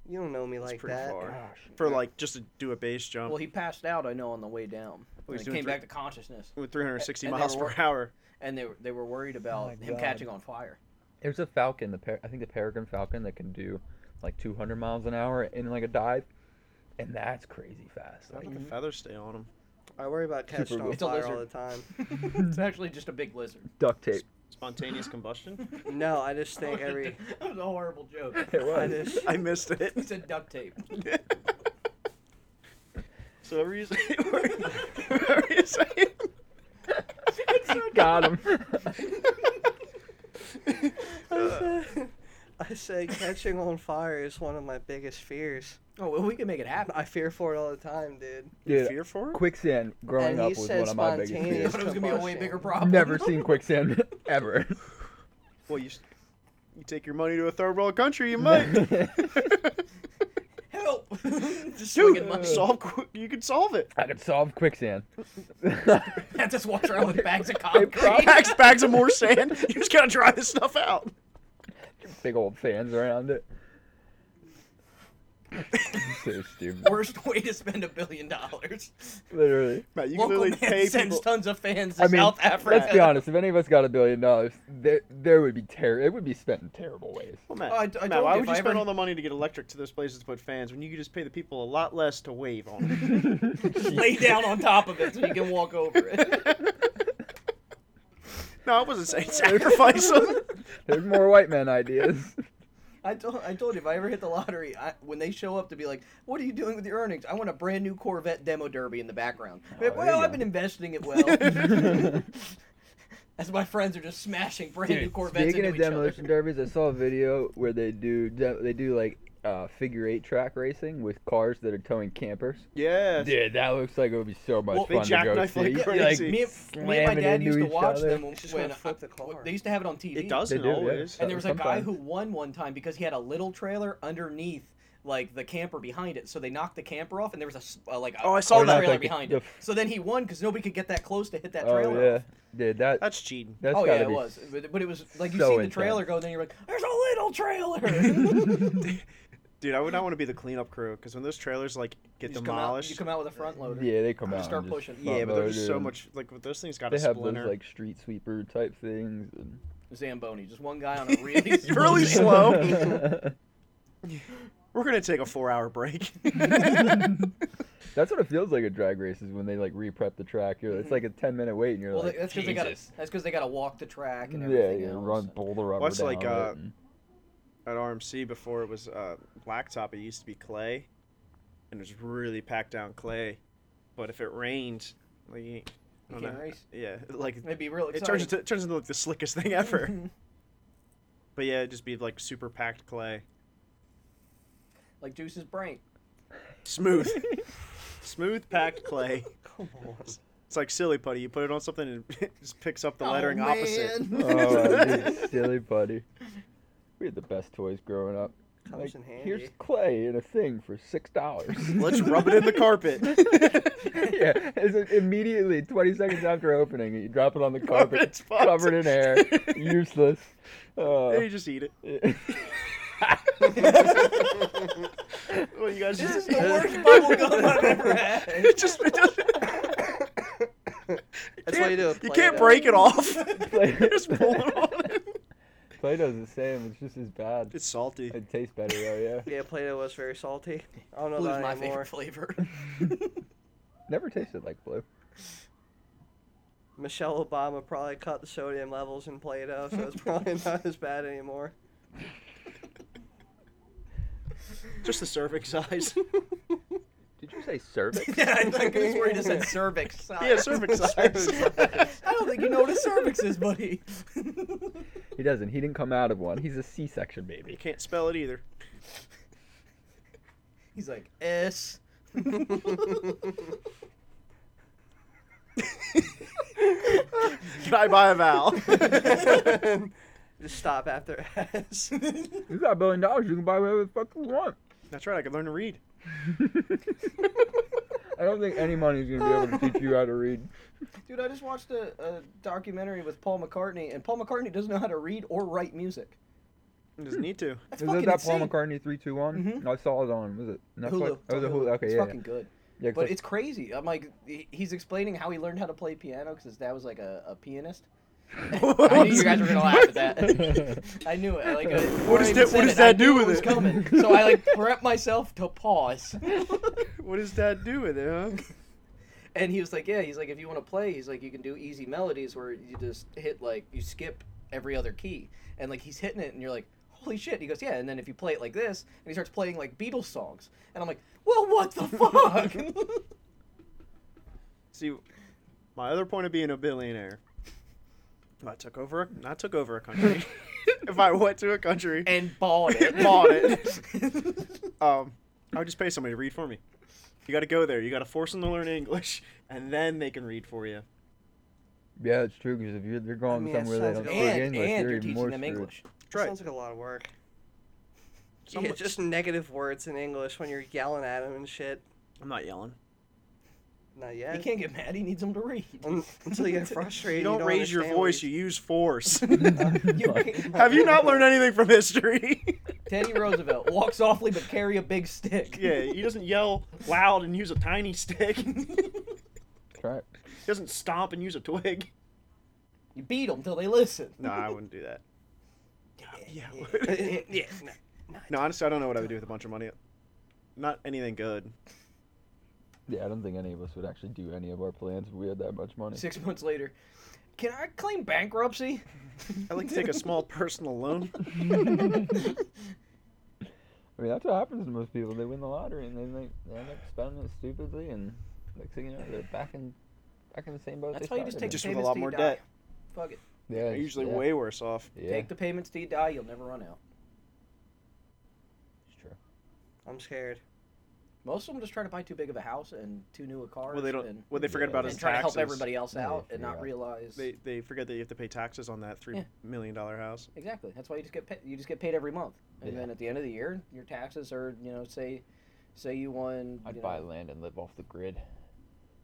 you don't know me That's like pretty that. far. Gosh. For like just to do a base jump Well, he passed out, I know, on the way down. Well, he's and doing came three- back to consciousness, with 360 and they miles per were wor- hour. and they were, they were worried about Oh my him God. catching on fire. There's a falcon, the par- I think the peregrine falcon that can do like 200 miles an hour in like a dive, and that's crazy fast. How Like, did Mm-hmm. the feathers stay on him? I worry about catching Super on good. It's a fire all the lizard. time. it's actually just a big lizard. duct tape. Spontaneous combustion? No, I just think every. that was a horrible joke. It I was. just. I missed it. He said duct tape. so every reason. Where are you saying? Got him. I said, I said catching on fire is one of my biggest fears. Oh, well, we can make it happen. I fear for it all the time, dude. You Dude, fear for it? quicksand growing And up he was said one of my biggest I fears. spontaneous. thought it was gonna be a way Combustion. bigger problem. I've never seen quicksand ever. Well, you, s- you take your money to a third world country, you might. help. just swinging Dude, money. solve, qu- you can solve it. I could solve quicksand. I just walk around with bags of concrete. bags, bags of more sand. You just gotta dry this stuff out. Big old fans around it. so stupid. Worst way to spend a billion dollars. Literally. Matt, you Local literally man pay sends people. tons of fans to I mean, South Africa. let's be honest. If any of us got a billion dollars, there there would be ter- It would be spent in terrible ways. Well, Matt, Oh, I- I Matt, told why you, would if you I spend ever- all the money to get electric to those places to put fans when you could just pay the people a lot less to wave on? them? Lay down on top of it so you can walk over it. no, I wasn't saying sacrifice them. There's more white man ideas. I told I told you if I ever hit the lottery, I, when they show up to be like, "What are you doing with your earnings?" I want a brand new Corvette demo derby in the background. Oh, I'm like, there you well, I've go. been investing it well. As my friends are just smashing brand new Dude, Corvettes Speaking into of each demolition other. derbies, I saw a video where they do de- they do like uh, figure eight track racing with cars that are towing campers. Yeah. Dude, that looks like it would be so much Well, they fun to go jackknife see. like You, crazy. Me and, me and my slamming dad into used to each watch other. them when, Just when wanna flip the I- car. they used to have it on TV. It doesn't do, yeah. always. And there was a guy Sometimes. who won one time because he had a little trailer underneath like the camper behind it. So they knocked the camper off, and there was a s- uh, like a Oh, I saw car that. trailer Like the- behind the it. f- So then he won because nobody could get that close to hit that oh trailer. yeah, dude, that That's cheating. that's Oh gotta yeah, it be was. But, but it was like you so see the intense. trailer go, then you're like, "There's a little trailer." Dude, I would not want to be the cleanup crew because when those trailers like get you, just come out, you demolished. come out with a front loader. Yeah, they come Just out. start and pushing. front yeah, but there's just so load much like with those things got it. They a have splinter. those like street sweeper type things. And... Zamboni, just one guy on a really You're really slow. slow. We're gonna take a four-hour break. That's what it feels like at drag races when they like re-prep the track. You're, Mm-hmm. it's like a ten minute wait, and you're Well, like, that's because they got to. "Jesus." That's because they got to walk the track and yeah, everything you else. run boulder up. What's like, uh, at RMC before it was uh, blacktop. It used to be clay, and it was really packed down clay. But if it rained, like you, I You don't can't know, race. yeah, like It'd be real it exciting. turns into it turns into like the slickest thing ever. but yeah, it'd just be like super packed clay, like Juice's brain. smooth, smooth packed clay. Come on. It's like silly putty. You put it on something and it just picks up the lettering opposite. Oh, dude, silly buddy. We had the best toys growing up. Like, Comes in here's handy. clay in a thing for six dollars. Let's rub it in the carpet. yeah, it's like immediately twenty seconds after opening it, you drop it on the Carpet, carpet, it's fucked. covered in air, useless. Uh, you just eat it. Well, you guys This is just the worst bubble gum I've ever had. it just it doesn't. That's why you do a You Play-Doh. can't break it off. Play- You just pull it on. Play-Doh's the same. It's just as bad. It's salty. It tastes better though. Yeah. Yeah, Play-Doh was very salty. I don't know Blue's that my anymore. favorite flavor. Never tasted like blue. Michelle Obama probably cut the sodium levels in Play-Doh, so it's probably not as bad anymore. Just the serving size. Did you say cervix? yeah, I think I was worried it said cervix. yeah, serving size. I don't think you know what a cervix is, buddy. he doesn't. He didn't come out of one. He's a C-section you baby. can't spell it either. He's like S. Can I buy a vowel? Just stop after S. You got a billion dollars. You can buy whatever the fuck you want. That's right. I could learn to read. I don't think any money's gonna be able to teach you how to read. Dude, I just watched a, a documentary with Paul McCartney, and Paul McCartney doesn't know how to read or write music. It doesn't need to. That's Is fucking it that insane. Paul McCartney three two one? Mhm. I saw it on. Was it Netflix? Hulu. Oh, on the Hulu. Okay, it's yeah. fucking good. yeah 'cause But I- it's crazy. I'm like, he- he's explaining how he learned how to play piano because his dad was like a, a pianist. I knew you guys were gonna laugh at that. I knew it. Like, uh, before does I even that- what said does it, that I knew do with was it? Coming. So I like prepped myself to pause. What does that do with it, huh? And he was like, "Yeah." He's like, "If you want to play, he's like, you can do easy melodies where you just hit like you skip every other key." And like he's hitting it, and you're like, "Holy shit!" He goes, "Yeah." And then if you play it like this, and he starts playing like Beatles songs, and I'm like, "Well, what the fuck?" See, my other point of being a billionaire. If I took over, not took over a country. if I went to a country, and bought it. Bought um, I would just pay somebody to read for me. You got to go there. You got to force them to learn English, and then they can read for you. yeah, it's true. Because if you're, you're going I mean, it somewhere they sounds don't good. speak and English, and you're you're even teaching more them screwed. English. That's right. Sounds like a lot of work. Some- yeah, just negative words in English when you're yelling at them and shit. I'm not yelling. Not He yet. can't get mad. He needs them to read. Un- Until you get frustrated. You don't, raise your understand what voice. he's- You use force. You- Have you not learned anything from history? Teddy Roosevelt walks softly but carry a big stick. yeah, he doesn't yell loud and use a tiny stick. he That's right. doesn't stomp and use a twig. You beat them till they listen. No, I wouldn't do that. Yeah. yeah, no. no, honestly, I don't know what I would do with a bunch of money. Not anything good. Yeah, I don't think any of us would actually do any of our plans if we had that much money. Six months later, can I claim bankruptcy? I like to take a small personal loan. I mean, that's what happens to most people. They win the lottery and then they, they end up spending it stupidly, and next thing you know, they're back in back in the same boat. That's they how you just started in. Just take the with a payments lot till you more die. debt. Fuck it. yeah, They're usually yeah. way worse off. Yeah, Take the payments till you die. You'll never run out. it's true. I'm scared. Most of them just trying to buy too big of a house and too new a car. Well, they And, don't. What they forget Yeah. about and is trying to taxes. help everybody else Yeah, out they and not figure realize. They they forget that you have to pay taxes on that three Yeah. million dollar house. Exactly. That's why you just get paid. You just get paid every month, and Yeah. then at the end of the year, your taxes are you know say, say you won. I'd you know, buy land and live off the grid.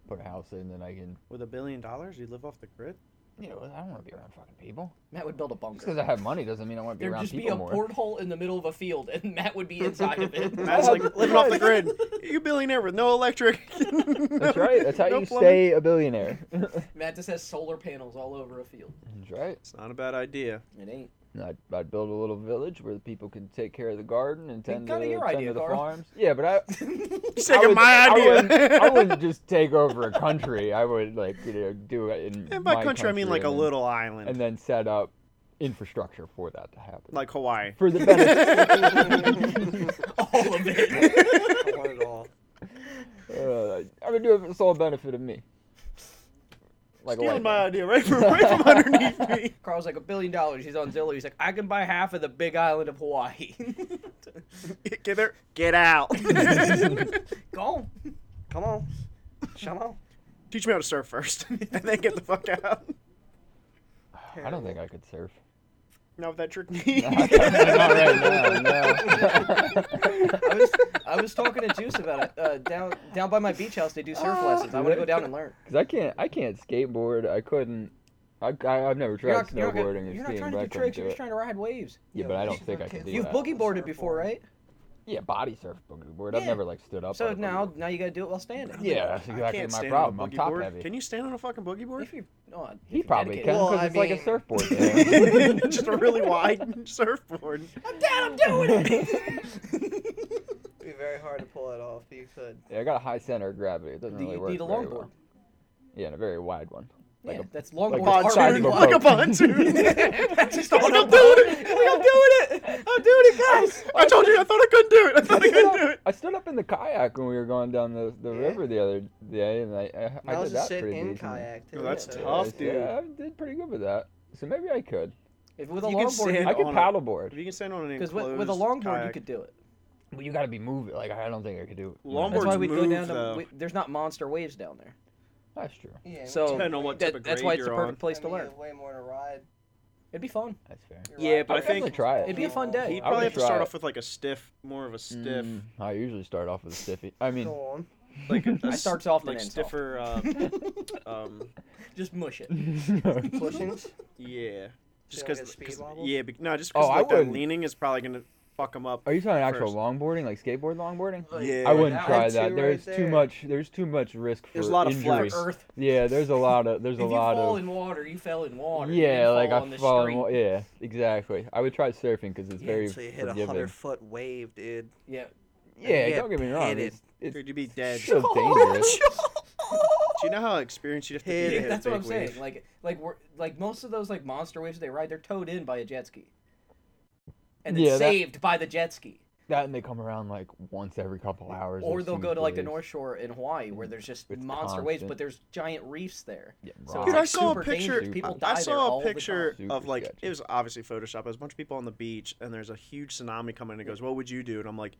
Put a house in, then I can. With a billion dollars, you live off the grid. You know, I don't want to be around fucking people. Matt would build a Just bunker. because I have money doesn't mean I want to be There'd around just be people a more. porthole in the middle of a field, and Matt would be inside of it. That's like living off the grid. You billionaire with no electric. That's right. That's how No you plumbing. stay a billionaire. That's Matt just has solar panels all over a field. right. It's not a bad idea. It ain't. And I'd, I'd build a little village where the people could take care of the garden and tend kinda to, your tend idea, to the Carl. farms. Yeah, but I. He's I taking would- my I idea. wouldn't- I wouldn't, just take over a country. I would like you know do it in. and by my country, I mean like a and then- little island. And then set up infrastructure for that to happen. like Hawaii. for the benefit. All of it. I want it all. uh, I'm gonna do it for the sole benefit of me. Like a Stealing white my man. idea right from, right from underneath me. Carl's like a billion dollars. He's on Zillow. He's like, I can buy half of the big island of Hawaii. Get there. Get out. Gone. Come on. Come on. Teach me how to surf first, and then get the fuck out. I don't think I could surf. Not with that trick knee. Not right now, no. I was I was talking to Juice about it. Uh, down down by my beach house, they do surf lessons. I want to go down and learn. 'Cause I can't. I can't skateboard. I couldn't. I, I, I've never tried not, gonna- snowboarding you're or not skiing, trying but to I do couldn't tricks. do You're it. just trying to ride waves. Yeah, but I don't think I could do You've that. boogie boarded before, right? Yeah, body surf boogie board. I've Yeah. never like stood up. So on a boogie now board. now you got to do it while standing. Yeah, that's I exactly can't my stand on a problem. I'm boogie top board. heavy. Can you stand on a fucking boogie board? If you're, no, if he you're probably can dedicated. because Well, I it's like a mean- surfboard. there. Just a really wide surfboard. I'm down. I'm doing it. It'd be very hard to pull it off, but you could. yeah, I got a high center of gravity. It doesn't Do really you work. need a very longboard? well. Yeah, and a very wide one. Like yeah, a- that's like longboard. a are pontoon. really Pontoon. Like a Like long. a pontoon. That's just I'm all doing I'm it. I'm doing it. I'm doing it, guys. I told you. I thought I couldn't do it. I thought I stood couldn't up- do it. I stood up in the kayak when we were going down the, the Yeah. river the other day, and I I, I I was did just that sit pretty in decently. kayak. No, too, that's so- tough. Yeah, I did pretty good with that. So maybe I could. If with a You can longboard, stand I could on a- If paddleboard. you can stand on an because enclosed with, with a longboard you kayak. could do it. But you got to be moving. Like I don't think I could do it. That's Longboard's why we go move, down to. though. We, there's not monster waves down there, That's true. Yeah, so Depending on what that- type of that's grade why it's the you're on. perfect place to I mean, you learn. have way more to ride. It'd be fun. That's fair. You're Yeah, right, but I it's think- just try it. It'd be a fun day. He'd I probably would have to try start it. off with like a stiff, more of a stiff, Mm, I usually start off with a stiffy. I mean, Go on. like a, I s- start soft and like end soft. stiffer. Uh, um, Just mush it. Pushings. yeah, just don't get because, speed wobbles? yeah, be, no, just Oh, because I like that wouldn't. leaning is probably gonna fuck him up. are you talking actual First. longboarding, like skateboard longboarding? Yeah. I wouldn't that try one that. too There's right too there. much. There's too much risk for There's a lot of injury. flex. Earth. Yeah, there's a lot of there's a if you lot fall of in water, you fell in water. You yeah, didn't like fall I on the fall. in street. wa- yeah, exactly. I would try surfing because it's Yeah, very until you hit a forgiving. hundred foot wave, dude. Yeah. Yeah, you get don't get me wrong. pitted. It's, it's Dude, you'd be dead. so dangerous. Do you know how experienced you have to Hit be? it. to hit a that's what I'm big wave? saying. Like, like we're like most of those like monster waves they ride, they're towed in by a jet ski, and then Yeah, that- saved by the jet ski. that and they come around like once every couple hours. Or I've they'll seen go to like the waves. North Shore in Hawaii where there's just It's monster waves, constant. but there's giant reefs there. Yeah, So Dude, it's I like saw a super picture- dangerous. People I- die I there saw all a the time. picture time. of Super like sketchy. it was obviously Photoshop. There's a bunch of people on the beach, and there's a huge tsunami coming. And it goes, "What would you do?" And I'm like,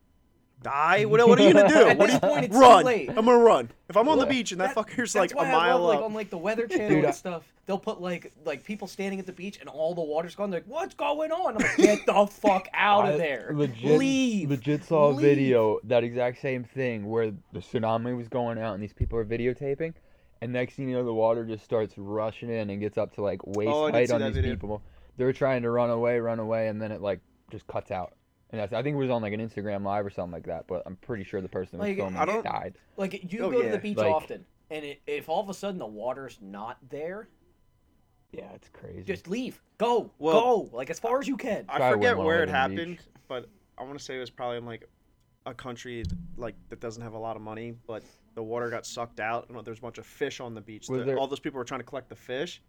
"Die? What, what are you gonna do? At What this do you- point, it's too run! late. I'm gonna run. If I'm on the Yeah. beach and that, That- fucker's like That's a why I love, mile like up, on like the Weather Channel Dude, I- and stuff. They'll put like like people standing at the beach and all the water's gone. They're like, "What's going on?" I'm like, "Get the fuck out I of there! Legit, Leave!" legit saw Leave. a video that exact same thing where the tsunami was going out and these people are videotaping, and next thing you know, the water just starts rushing in and gets up to like waist Oh, I did height see on that these video. people. They were trying to run away, run away, and then it like just cuts out. And that's, I think it was on like an Instagram live or something like that, but I'm pretty sure the person who was Like, filming I don't- died. Like you Oh, go to yeah. the beach Like- often, and it, if all of a sudden the water's not there, Yeah, it's crazy. just leave. Go, Well- go, like as far as you can. Probably I wouldn't forget wanna where it live on the beach. happened, but I want to say it was probably in like a country like that doesn't have a lot of money, but the water got sucked out, and there's a bunch of fish on the beach. Was that- there- all those people were trying to collect the fish.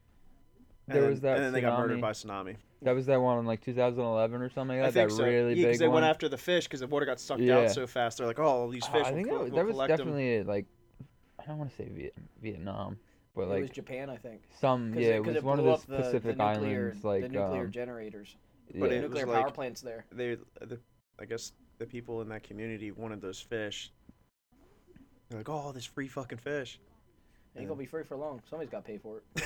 And There then, was that and then they got tsunami. murdered by tsunami. that was that one in like 2011 or something like that. That really yeah, big they one. went after the fish because the water got sucked Yeah. out so fast. They're like, oh, these Uh, fish. I will think co- that was, will that was collect 'em." definitely like I don't want to say Viet- Vietnam, but it like was Japan, I think. some 'Cause yeah, it because was one of those blew up Pacific nuclear- islands like the nuclear um, generators, yeah, But the it was nuclear like- power plants there. They, the, I guess the people in that community wanted those fish. They're like, oh, this free fucking fish. Ain't gonna be free for long. Somebody's got to pay for it.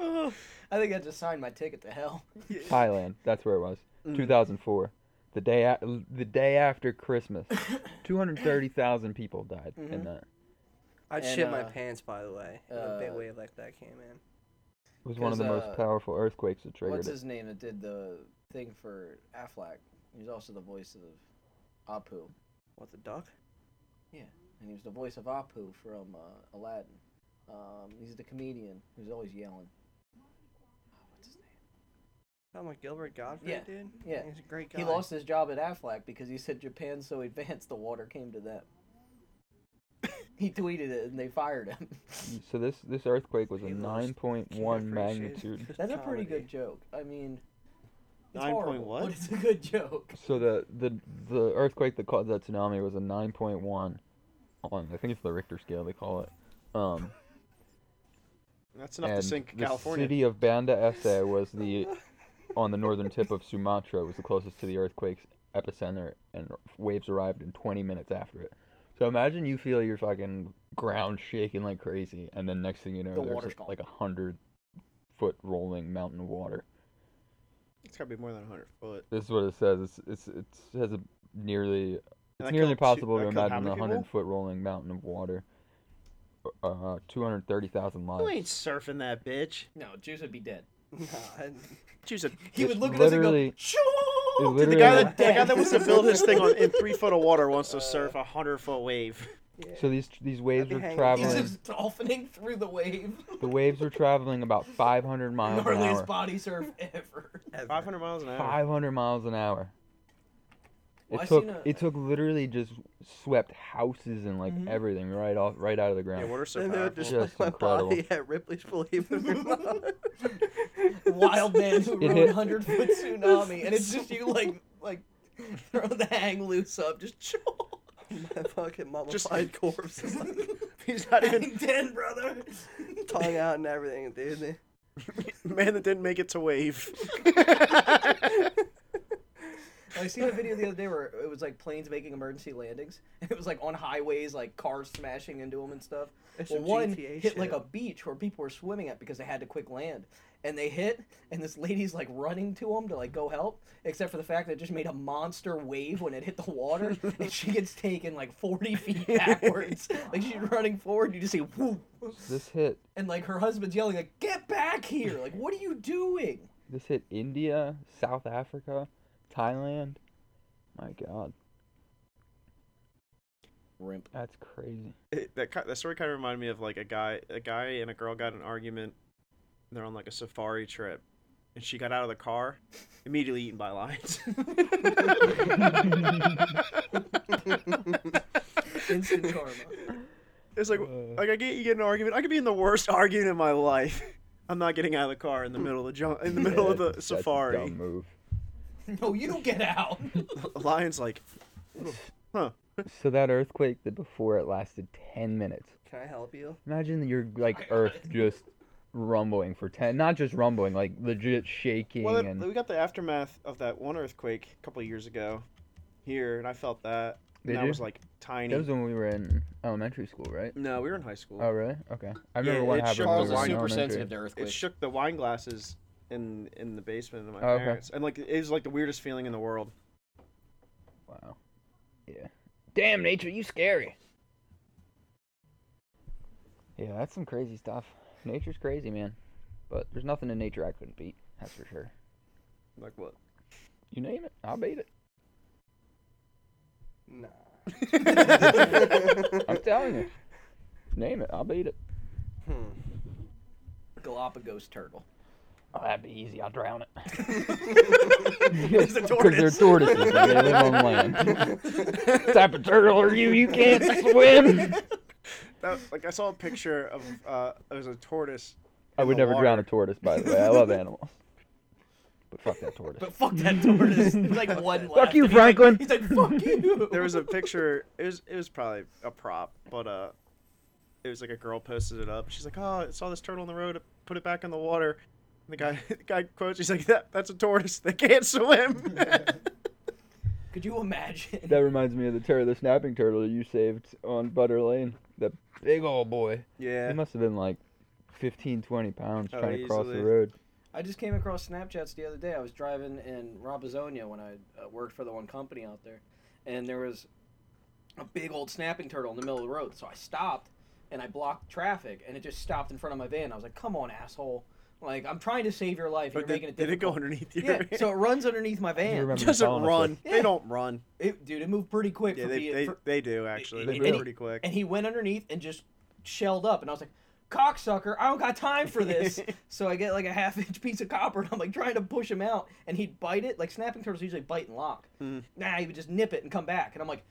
I think I just signed my ticket to hell. Thailand. That's where it was. Mm. 2004. The day a- the day after Christmas, 230,000 people died in Mhm. that. I'd And, shit my uh, pants, by the way. if a big uh, wave like that came in. It was one of the 'Cause, most uh, powerful earthquakes that triggered What's it. his name that did the thing for Affleck? He's also the voice of Apu, What the duck? and he was the voice of Apu from uh, Aladdin. Um, he's the comedian who's always yelling. Ah, What's his name? Oh my Gilbert Godfrey, Yeah, dude. yeah. he's a great guy. He lost his job at Affleck because he said Japan's so advanced, the water came to them. He tweeted it and they fired him. So this this earthquake was a He was nine point one appreciate magnitude. just That's a pretty comedy. good joke. I mean, it's Nine point horrible, what? But it's a good joke. So the the the earthquake that caused that tsunami was a nine point one on I think it's the Richter scale they call it. Um, That's enough and to sink the California. city of Banda Aceh was the on the northern tip of Sumatra was the closest to the earthquake's epicenter, and waves arrived in 20 minutes after it. So imagine you feel your fucking ground shaking like crazy, and then next thing you know, The there's water's a, gone. like a hundred foot rolling mountain water. It's got to be more than 100 foot. This is what it says. It's it's it's has a nearly And it's nearly that killed two- impossible to that killed imagine how a many people? hundred foot rolling mountain of water. Uh, two hundred thirty thousand lives. You ain't surfing that bitch. No, Jews would be dead. Nah, I- She's a. He It's would look at us and literally- go, It "Shoo!" Dude, the guy literally- that the guy that wants to build his thing on in three foot of water wants to surf a hundred foot wave. yeah. So these these waves be are hanging. He's traveling. just dolphining through the wave. The waves are traveling about 500 miles an Gnarliest hour. body surf ever. Ever. Five hundred miles an hour. 500 miles an hour. Well, It I took seen a- it took literally just swept houses and like Mhm. everything right off right out of the Yeah, ground. water And they would just surf. Just my incredible. body at Ripley's Believe in The Wild man who It rode hit- hundred foot tsunami, and it's just you like like throwing the hang loose up, just "Shoo!" My fucking mummified Just- corpse is like He's not even Hang ten, brother. tongue out and everything, dude. They- man that didn't make it to wave. I seen a video the other day where it was like planes making emergency landings. It was like on highways, like cars smashing into them and stuff. It's Well, some one GTA hit shit. like a beach where people were swimming at because they had to quick land, and they hit, and this lady's like running to them to like go help. Except for the fact that it just made a monster wave when it hit the water, and she gets taken like forty feet backwards. like she's running forward, you just see whoop, This hit and like her husband's yelling like, "Get back here! Like what are you doing?" this hit India, South Africa, Thailand. My god, Rimp. that's crazy. It- that ki- that story kind of reminded me of like a guy a guy and a girl got in an argument. and They're on like a safari trip, and she got out of the car, immediately eaten by lions. Instant karma. it's like Uh. like I get you get in an argument. I could be in the worst argument of my life. I'm not getting out of the car in the middle of the jun- in the middle Yeah, of the that's a safari. dumb move. No, you don't get out. The lion's like, huh? So that earthquake that before it lasted 10 minutes. Can I help you? Imagine your like earth just rumbling for 10 not just rumbling like legit shaking Well, that- and we got the aftermath of that one earthquake a couple of years ago here, and I felt that. Did and I you? was like tiny. That was when we were in elementary school, right? No, we were in high school. Oh, really? Okay. I Yeah, remember what it happened. shook when the we were in wine- super elementary. It earthquakes. shook the wine glasses in in the basement of my Oh, okay. parents, and like it was like the weirdest feeling in the world. Wow. Yeah. Damn, nature, you scary. Yeah, that's some crazy stuff. Nature's crazy, man. But there's nothing in nature I couldn't beat. That's for sure. Like what? You name it, I'll beat it. Nah. I'm telling you. Name it, I'll beat it. Hmm. Galapagos turtle. Oh, that'd be easy. I'll drown it. It's the Because they're tortoise. tortoises. and they live on land. type of turtle are you? You can't swim. That- like I saw a picture of uh, it was a tortoise. I in would the never drown water. a tortoise, by the way. I love animals. But fuck that tortoise. But fuck that tortoise. There's like one left. fuck you, and he's like- Franklin. He's like, fuck you. There was a picture. It was it was probably a prop, but uh, it was like a girl posted it up. She's like, "Oh, I saw this turtle on the road. Put it back in the water." And the guy the guy quotes. He's like, "That that's a tortoise. They can't swim." Could you imagine? That reminds me of the turtle, the snapping turtle you saved on Butter Lane. That big old boy. He yeah. must have been like 15, 20 pounds Oh, trying to cross the easily. road. I just came across Snapchats the other day. I was driving in Robizonia when I uh, worked for the one company out there, and there was a big old snapping turtle in the middle of the road. So I stopped and I blocked traffic, and it just stopped in front of my van. I was like, "Come on, asshole! Like I'm trying to save your life. But You're did, making it did it go difficult." underneath your? Yeah, so it runs underneath my van. remember- It doesn't Colin was run. like- They don't run. It, dude, it moved pretty quick. Yeah, for they being- they, for- they do actually. and They he- move pretty quick. and he went underneath and just shelled up and i was like cocksucker i don't got time for this so i get like a half inch piece of copper and i'm like trying to push him out and he'd bite it like snapping turtles usually bite and lock Mm. nah he would just nip it and come back and i'm like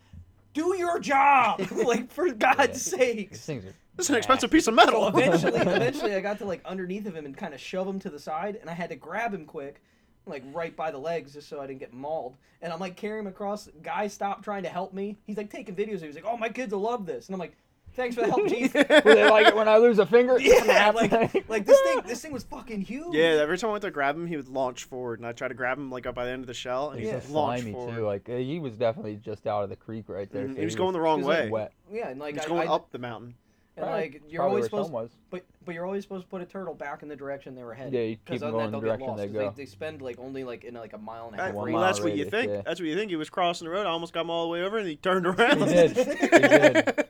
do your job, like for God's These sakes. things are. This is an expensive piece of metal. Eventually, eventually, I got to like underneath of him and kind of shove him to the side, and I had to grab him quick, like right by the legs, just so I didn't get mauled. And I'm like carrying him across. Guy stopped trying to help me. He's like taking videos. He was like, "Oh, my kids will love this," and I'm like, "Thanks for the help, chief." Will they like it when I lose a finger? yeah, like like this thing, this thing was fucking huge. Yeah, every time I went to grab him, he would launch forward, and I try to grab him like up by the end of the shell, and He's he'd so Yeah. launch slimy forward. too. Like uh, he was definitely just out of the creek right there. Mhm, so he was going the wrong he was, way. like, wet. yeah, and like he was I- going I- up the mountain. and Probably- like you're probably always where supposed, Tom was. but but you're always supposed to put a turtle back in the direction they were headed. Yeah, you keep 'cause them other than going that, the they'll get direction lost, they 'cause go. They, spend like only like in like a mile and a That- half. one well, mile that's what you radius, think. yeah. That's what you think. He was crossing the road. I almost got him all the way over, and he turned around. He did. He did.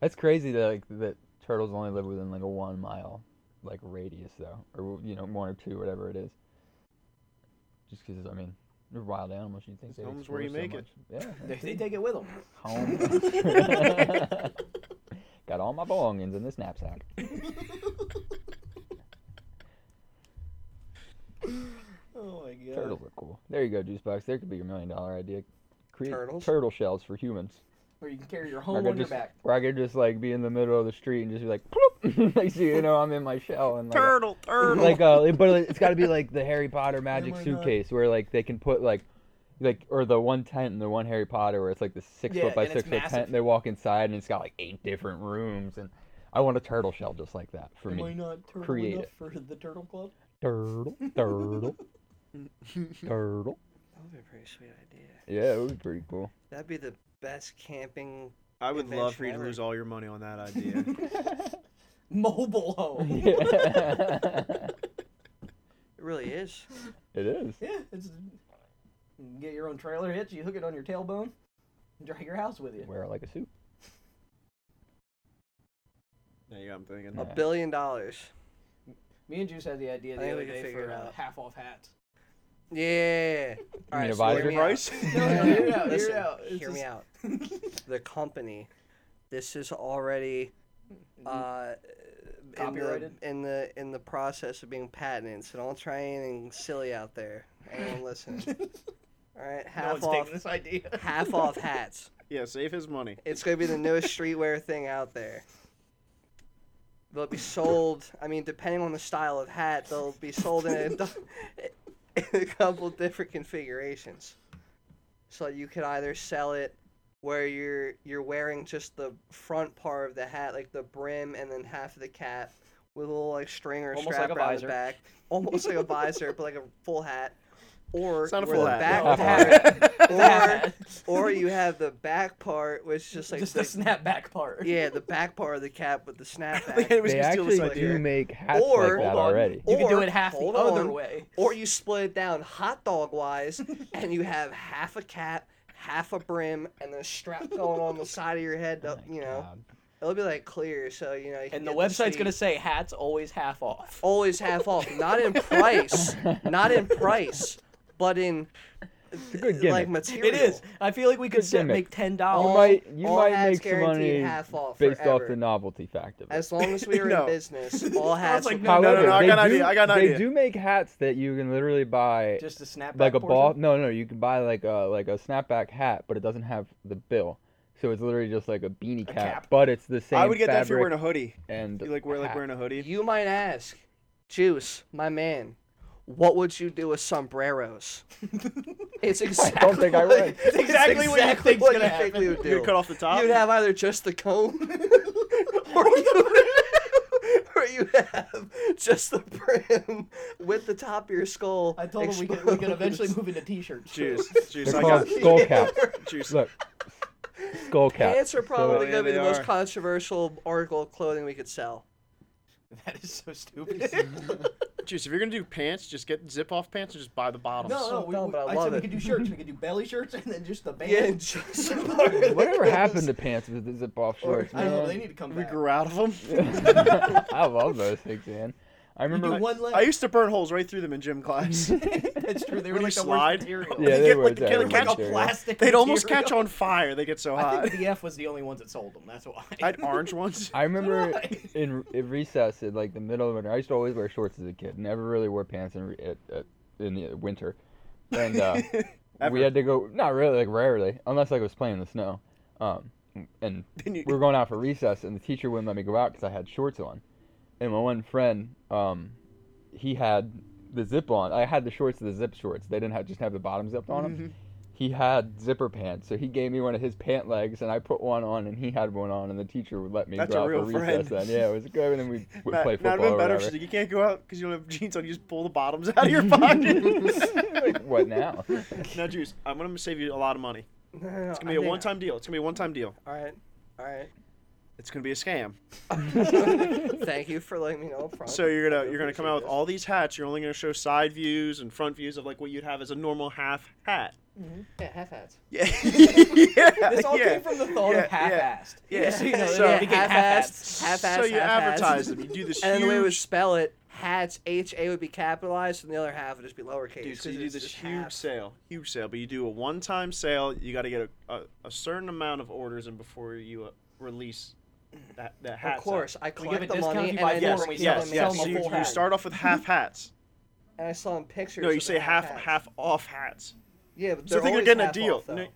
That's crazy that like that turtles only live within like a one mile like radius though, or you know one or two, whatever it is. Just because I mean they're wild animals, you think It's they home's where you make it. They, Yeah, they take it with them. home. Got all my belongings in this knapsack. Oh my god. Turtles are cool. There you go, juice box. There could be your million dollar idea. Create Turtles? turtle shells for humans. Or you can carry Where your I home could on your just, back. Where I could just like be in the middle of the street and just be like, "Ploop!" like so you know I'm in my shell and like a- turtle, turtle. like uh, it- but it's got to be like the Harry Potter magic my God. suitcase where like they can put like like or the one tent in the one Harry Potter where it's like the six Yeah, foot by and it's six foot tent massive. and they walk inside and it's got like eight different rooms and I want a turtle shell just like that for Am me. I not turtle Create enough it. for the turtle club? Turtle, turtle, turtle. That would be a pretty sweet idea. Yeah, it would be pretty cool. That'd be the best camping. I would love Invention for you to ever. lose all your money on that idea. Mobile home. Yeah. It really is. it is. yeah, it's you can get your own trailer hitch. You hook it on your tailbone. And drag your house with you. Wear it like a suit. there you go. I'm A thinking. Yeah. billion dollars. Me and Juice had the idea I the think other we can day figure for it uh, out. half off hats. Yeah. All mean a right, so hear visor? me out. Price. No, no, hear it out. Hear Listen, it out. It's hear me just- out. The company. This is already uh, in the, Mm-hmm. Copyrighted? in the in the process of being patented. So don't try anything silly out there. Anyone listening? All right, half off, this idea. half off hats. yeah, save his money. It's gonna be the newest streetwear thing out there. They'll be sold. I mean, depending on the style of hat, they'll be sold in a, du- in a couple different configurations. So you could either sell it where you're you're wearing just the front part of the hat, like the brim, and then half of the cap, with a little like string or Almost strap like a around visor. the back, almost like a visor, but like a full hat. Or It's not a where full the hat. back Half a part- Or, or or you have the back part, which is just like just the, the snapback part. yeah, the back part of the cap with the I think snapback. anyone's They gonna steal this actually idea. do make hats like Or- that Hold on. already. You can do Or- it half the hold other on. way. or you split it down hot dog wise, and you have half a cap, half a brim, and a strap going on the side of your head. To, Oh my you know, God. it'll be like clear, so you know. You can And the get website's to gonna see say hats always half off. always half off, not in price, not in price, but in good like gimmick. material. It is. I feel like we could set, gimmick. make ten You dollars. might you all might hats make some guaranteed money half off based off forever. the novelty fact of it. As long as we are No. in business, all hats. like, will- No, no, However, no, I they got an do- idea, I got an they idea. do make hats that you can literally buy Just a snapback. like a ball. portion? No, no, you can buy like a like a snapback hat, but it doesn't have the bill, so it's literally just like a beanie cap, cap. But it's the same. I would get that if you're wearing fabric a hoodie. and You like wear like hat. wearing a hoodie. You might ask, Juice, my man, what would you do with sombreros? it's exactly. don't think I would. It's exactly what you think's what gonna you think we would You do. cut off the top. You'd have either just the comb, or you, or you have just the brim with the top of your skull. I told him we could, we could eventually exposed. move into t-shirts. Juice, juice. They're I called got skull caps. juice. Look, skull caps. Pants are probably yeah, going to be they the most are. controversial article of clothing we could sell. That is so stupid. Juice. If you're gonna do pants, just get zip off pants and just buy the bottoms. no, no, we, dumb, we, but I I, love said we it. could do shirts. We could do belly shirts and then just the band. Yeah, just the part of the Whatever happened clothes. to pants with the zip off shorts? I don't know. They Man? need to come We back. grew out of them. I love those things, man. I You do remember. one leg. I used to burn holes right through them in gym class. It's true. They When were you like the slide- worst material. Yeah, They they get, were like, they they get, were like, a material. plastic. They'd almost material. catch on fire. They get so I hot. think the F was the only ones that sold them. That's why. I had orange ones. I remember I. in, in recess in like the middle of winter. I used to always wear shorts as a kid. Never really wore pants in re- at, at, in the winter, and uh, we Ever. had to go. Not really, like rarely, unless like I was playing in the snow. Um, and Then you we were going out for recess, and the teacher wouldn't let me go out because I had shorts on. And my one friend, um, he had the zip on. I had the shorts, the zip shorts. They didn't have just have the bottom zipped on Mm-hmm. them. He had zipper pants, so he gave me one of his pant legs, and I put one on, and he had one on, and the teacher would let me That's go a out real for recess. Then friend. yeah, it was good, and then we would Matt, play Matt football. would've been or better if whatever. she's like, you can't go out because you don't have jeans on. You just pull the bottoms out of your pocket. Like, what now? now, Juice, I'm gonna save you a lot of money. No, no, no, It's gonna be a one-time deal. It's gonna be a one-time deal. All right, all right. It's gonna be a scam. Thank you for letting me know. Up front. So you're I gonna do you're gonna come out with appreciate all these hats. You're only gonna show side views and front views of like what you'd have as a normal half hat. this. yeah, half hats. Yeah. yeah. This all yeah. came from the thought yeah, of half-assed. yeah. Just so you know, So- they yeah, get half-assed. half-assed, half-assed, So you half-assed. advertise them. You do this And then the way we would huge spell it, hats H A would be capitalized, and the other half would just be lowercase. Dude, so 'cause you do it's this just huge half. sale, huge sale, but you do a one-time sale. You got to get a, a, a certain amount of orders in before you uh, release that that hat. Of course, I We give a collect the discount money if you and buy I, four Yes, and we sell yes, them- sell yes. So them a you, full you hat. start off with half hats. and I saw in pictures. No, you of say the half hats. half off hats. Yeah, but So they're think you're always getting a half deal. off, though. No-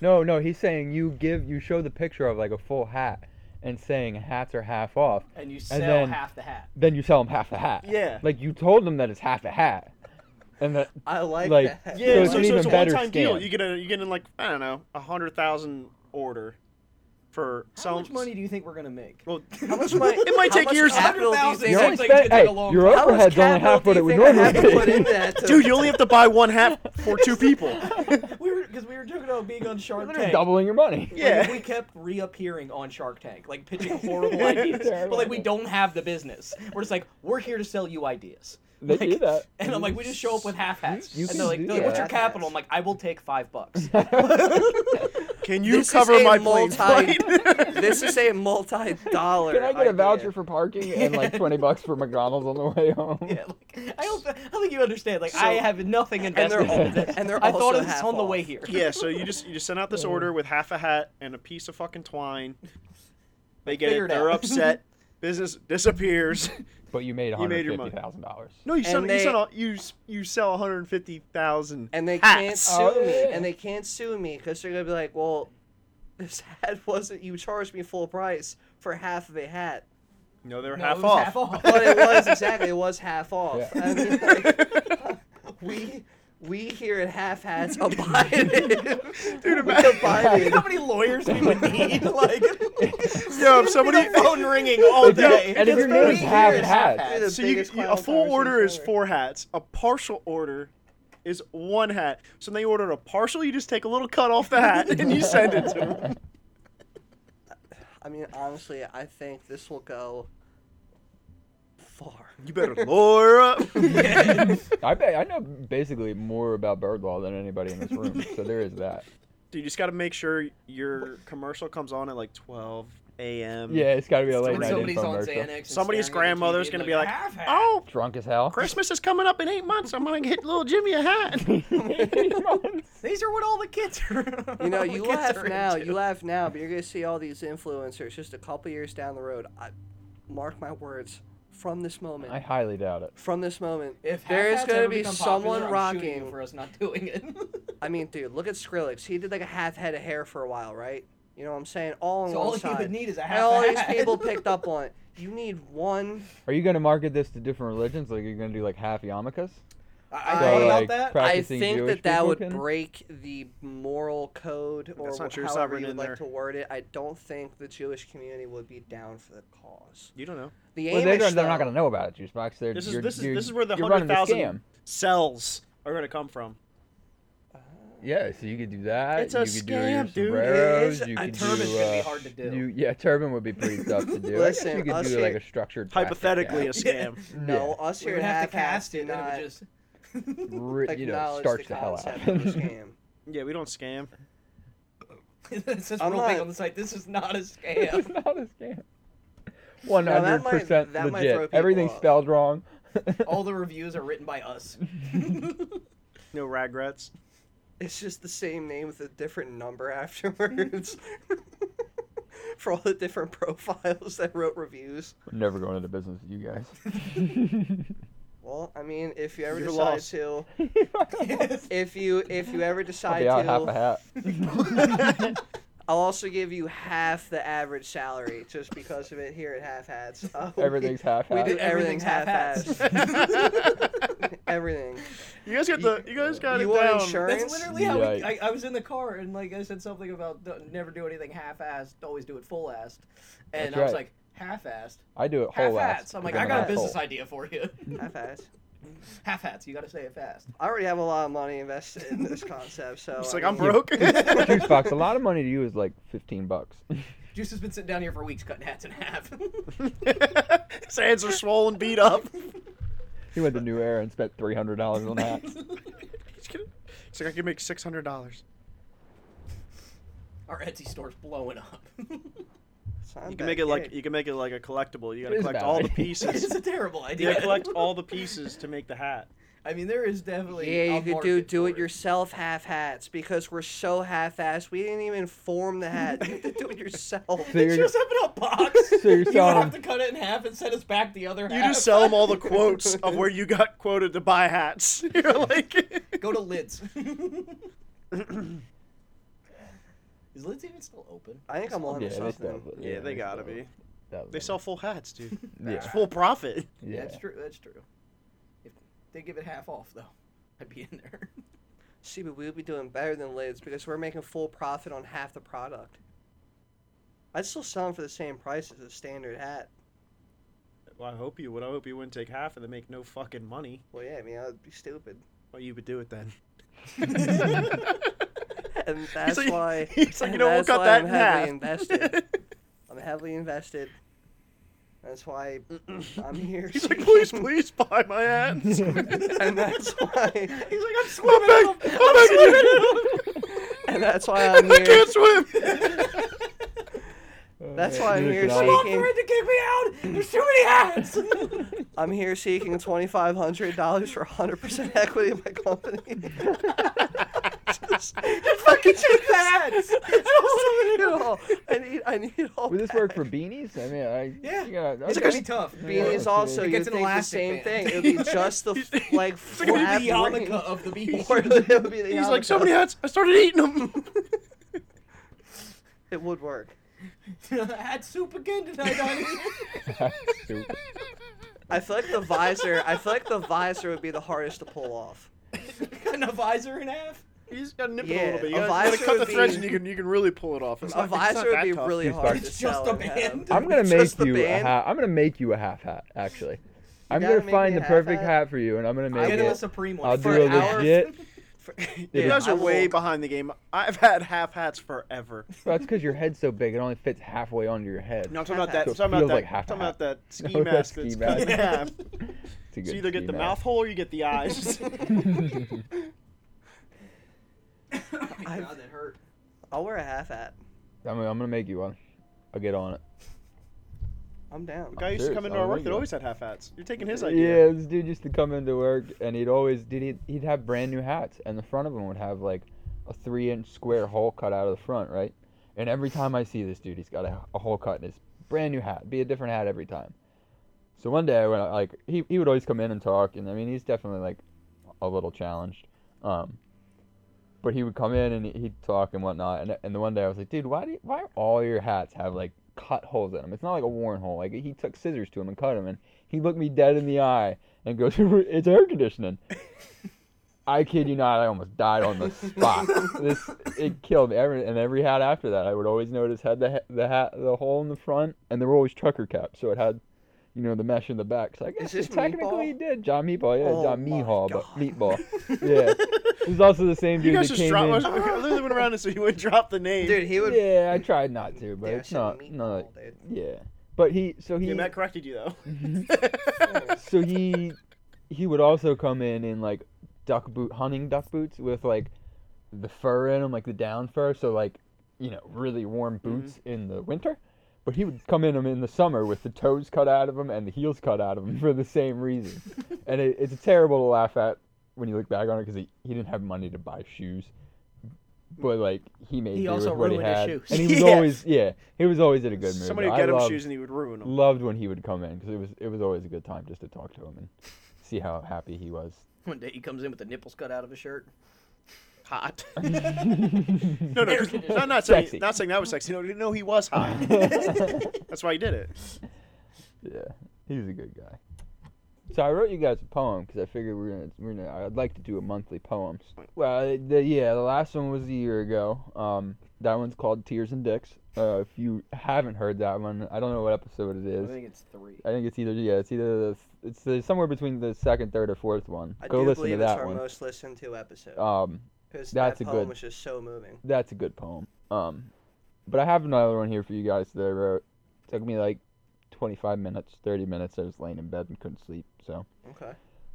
No, no, he's saying you give you show the picture of like a full hat and saying hats are half off. And you sell then- half the hat. Then you sell him half a hat. Yeah. Like you told him that it's half a hat. And that I like, Like, that. Yeah, So yeah, it's so, an so even it's a better one-time deal. scam. You get a you get in like I don't know a hundred thousand order for How some much money do you think we're gonna make? Well, How much money? It might how take much years to- capital do you 100,000 your own think- Your sounds like it's gonna take a long your How much overhead's only capital half do what you it would think I have to normally put in be. that to- dude, you only have to buy one hat for two people. we were because we were joking about being on Shark You're Tank. doubling your money. Like, if Yeah. we kept reappearing on Shark Tank, like pitching horrible ideas, but like we don't have the business. We're just like we're here to sell you ideas. They do Like, that. And I'm like, we just show up with half hats. You and can they're like, do they're like, what's your that. Half capital? I'm like, I will take five bucks. Can you This is cover a my plane multi- flight? This is a multi-dollar. Can I get idea. a voucher for parking and like twenty bucks for McDonald's on the way home? yeah, like, I don't, th- I don't think you understand. Like, I So- have nothing invested all- in this. and they're I thought also of this half on the off. way here. Yeah, so you just you just send out this order with half a hat and a piece of fucking twine. They get Figure it. it They're out. upset. Business disappears. But you made You made your hundred money. fifty thousand dollars. No, you sell And you they- sell you s- you sell one hundred fifty thousand. and they can't hats. sue Oh, me, yeah. and they can't sue me because they're gonna be like, well, this hat wasn't. You charged me full price for half of a hat, No, they're No, it half, was off. half off. but it was exactly it was half off. Yeah. I mean, like, we we here at Half Hats are buying it. Dude, imagine- You know how many lawyers we would need? Like, Yo, if somebody the phone ringing all If you- day. and if It's your name been is years. half hat, Half Dude, Hats. the so you, biggest you- a clown full order is conversation ever. four hats. A partial order is one hat. So they ordered a partial. You just take a little cut off the hat and you send it to them. I mean, honestly, I think this will go far. You better lawyer up. I bet I know basically more about bird law than anybody in this room, so there is that. Dude, you just got to make sure your commercial comes on at like 12 a.m. Yeah, it's got to be a late When night somebody's on infomercial. Xanax. and Somebody's staring at the grandmother's TV going to and be like, half hat. oh, Drunk as hell. Christmas is coming up in eight months. I'm going to get little Jimmy a hat. These are what all the kids are. You know, all the you kids laugh are now, into. you laugh now, but you're gonna see all these influencers just a couple years down the road. I mark my words. From this moment, I highly doubt it. from this moment, If there is half hats gonna ever be become someone popular, I'm shooting you rocking. for us not doing it. I mean, dude, look at Skrillex. He did like a half head of hair for a while, right? You know what I'm saying? All on So one all you side. would need is Oh, a And half all hat. these people picked up on it. You need one. Are you gonna market this to different religions? Like you're gonna do like half yarmulkes? I, I So, thought like, about that. pra- I Practicing think Jewish that that people would can- break the moral code, or That's not wh- true. It's not however you written would in like there. to word it. I don't think the Jewish community would be down for the cause. You don't know. The Well, Amish, they're, gonna- they're not though- gonna know about it, Juicebox. They're, This is you're, this is you're, this is where the you're running hundred the thousand scam. cells are going to come from. Yeah, so you could do that. It's a you could do your scam, dude. sombreros, It is. You A could turban's do, gonna be uh, hard to do. You, yeah, turban would be pretty tough to do. I guess Listen, you could us do like here- a structured. traffic Hypothetically, a app. scam. No, us we here would at Half have to cast do it, and it not would just. Re- you know, acknowledge starts the, the hell out. concept of the scam. Yeah, we don't scam. it says I'm real big not- on the site. This is not a This is scam. not a scam. One hundred might- percent that might throw legit. people Everything's off. spelled wrong. all the reviews are written by us. No regrets. It's just the same name with a different number afterwards. For all the different profiles that wrote reviews. I'm never going into business with you guys. Well, I mean, if you ever You're decide lost. to, Yes. if you if you ever I'll decide be out half a to, hat. I'll also give you half the average salary just because of it here at Half Hats. Uh, we- Everything's half We do half. everything's Everything's half half-hats. hats. Everything. You guys got the. You guys got you it want down. insurance? That's literally how we, I, Yikes. I was in the car and like I said something about don't- never do anything half-assed, always do it full-assed, and That's I was right. like half-assed, I do it whole ass. half-assed. I'm like within I got a half whole. business idea for you. Half hats. Half-hats, you got to say it fast. I already have a lot of money invested in this concept, so It's I like I'm mean, broke. Jukebox, a lot of money to you is like 15 bucks. Juice has been sitting down here for weeks cutting hats in half. His hands are swollen, beat up. he went to New Era and spent $300 on hats. He's gonna- he's like, I can make six hundred dollars. Our Etsy store's blowing up. Sound You bad can make it like e-, gig. you can make it like a collectible. You gotta It is collect bad. all the it's pieces. a terrible idea. you gotta collect all the pieces to make the hat. I mean, there is definitely Yeah, you a could do market do for it yourself half hats because we're so half assed. We didn't even form the hat. You have to do it yourself. So It you're, shows up in a box. So you're you selling have to them. cut it in half and send us back the other You half. just sell them all the quotes of where you got quoted to buy hats. You're like, Go to Lids. Is Lids even still open? I think I'm on yeah, to they still, something. yeah, they gotta be. that They was- sell full hats, dude. It's Yeah. full profit. yeah. That's true. That's true. If they give it half off though, I'd be in there. See, but we would be doing better than Lids because we're making full profit on half the product. I'd still sell them for the same price as a standard hat. Well, I hope you would. I hope you wouldn't take half and then make no fucking money. Well, yeah, I mean, that would be stupid. Well, you would do it then. And that's like- why. he's like, and "You know, we'll that's cut why that I'm in half." heavily invested. I'm heavily invested. That's why I'm here. He's like, please, please buy my hats. and that's why. He's like, I'm I'm swimming. big. I'm, I'm big. Oh And that's why I'm I here. can't swim. That's Uh, why I'm neither here can Come I. on, Speaking- Fred, to kick me out. There's too many hats. I'm here seeking twenty five hundred dollars for hundred percent equity of my company. Just- fucking two hats. I need it all. I need. I need it all. Would this back. work for beanies? I mean, I Yeah. you gotta- It's okay. gonna be tough. Yeah, Beanies okay. also. It You gets think an the elastic same band. thing. It'll be just the f- like It's gonna flap be the yarmulke ring. of the beast. Or it'll be the He's like, so yarmulke. many hats. I started eating them. It would work. Had soup again tonight, honey. Stupid. I feel like the visor. I feel like the visor would be the hardest to pull off. Got a visor in half. You just gotta nip Yeah, it a little bit. You a gotta, you gotta visor cut would the threads, be- and you can you can really pull it off. It's A not- it's not visor would that be tough. really These hard to bugs. It's just sell a and have. band. I'm gonna make Just the you a band? hat. I'm gonna make you a half hat. Actually, I'm gotta gonna make me find a the half perfect hat. hat for you, and I'm gonna make Get him a it. supreme one. I'll for do a an hour. legit. You Yeah, guys I are will- way behind the game. I've had half hats forever. That's because your head's so big; it only fits halfway onto your head. No, I'm it's talking about that. So it I'm talking about feels that. like half a talking hat. about that ski Oh, No, that mask ski that's mask. cut in half. a So good you either get ski the mouth mask. hole or you get the eyes. oh my I've- god, that hurt. I'll wear a half hat. I'm, I'm gonna make you one. I'll get on it. I'm down. guy used to serious, come into I'll our work make that one. always had half hats. You're taking his idea. Yeah, this dude used to come into work, and he'd always did. He'd, he'd have brand new hats, and the front of them would have like a three-inch square hole cut out of the front, right? And every time I see this dude, he's got a, a hole cut in his brand new hat. Be a different hat every time. So one day, when I, like he he would always come in and talk, and I mean he's definitely like a little challenged. Um, but he would come in and he'd talk and whatnot. And and the one day I was like, dude, why do you, why do all your hats have like cut holes in them? It's not like a worn hole. Like he took scissors to him and cut him, and he looked me dead in the eye and goes, it's air conditioning. I kid you not, I almost died on the spot. this it killed me. Every, and every hat after that, I would always notice had the ha- the hat the hole in the front, and they were always trucker caps, so it had. You know the mesh in the back. So I guess this it technically Meatball? did. John Meatball, yeah, Oh John my Meatball, but God. Meatball. Yeah, he's also the same You dude guys that just came in. dropped. I literally went around it so you wouldn't drop the name. Dude, he would. Yeah, I tried not to, but Dude, I it's said not. meatball, No, like, dude. yeah, but he. So he. Mm-hmm. yeah, Matt corrected you though. so he he would also come in in like duck boot hunting duck boots with like the fur in them like the down fur so like you know really warm Mm-hmm. boots in the winter but he would come in 'em in the summer with the toes cut out of him and the heels cut out of him for the same reason and it, it's terrible to laugh at when you look back on it because he, he didn't have money to buy shoes but like he made He do also with what he ruined his had shoes. and he was Yeah. always yeah he was always in a good mood Somebody but would I get him loved- shoes and he would ruin them. loved when he would come in because it was it was always a good time just to talk to him and see how happy he was. One day he comes in with the nipples cut out of his shirt. hot. no, No, no, Air no, I'm not saying Sexy. not saying that was sexy. No, no, he was hot. That's why he did it. Yeah, he's a good guy. So I wrote you guys a poem because I figured we're gonna we're gonna I'd like to do a monthly poems. Well, the, yeah, the last one was a year ago. Um, that one's called Tears and Dicks. Uh, if you haven't heard that one, I don't know what episode it I is. think it's three. I think it's either yeah, it's either the, it's the, somewhere between the second, third, or fourth one. I Go do listen to believe it's that our one. most listened to episode Um, because that that's a poem good- was just so moving. that's a good poem. Um, but I have another one here for you guys that I wrote. took me like 25 minutes, 30 minutes. I was laying in bed and couldn't sleep, so. Okay.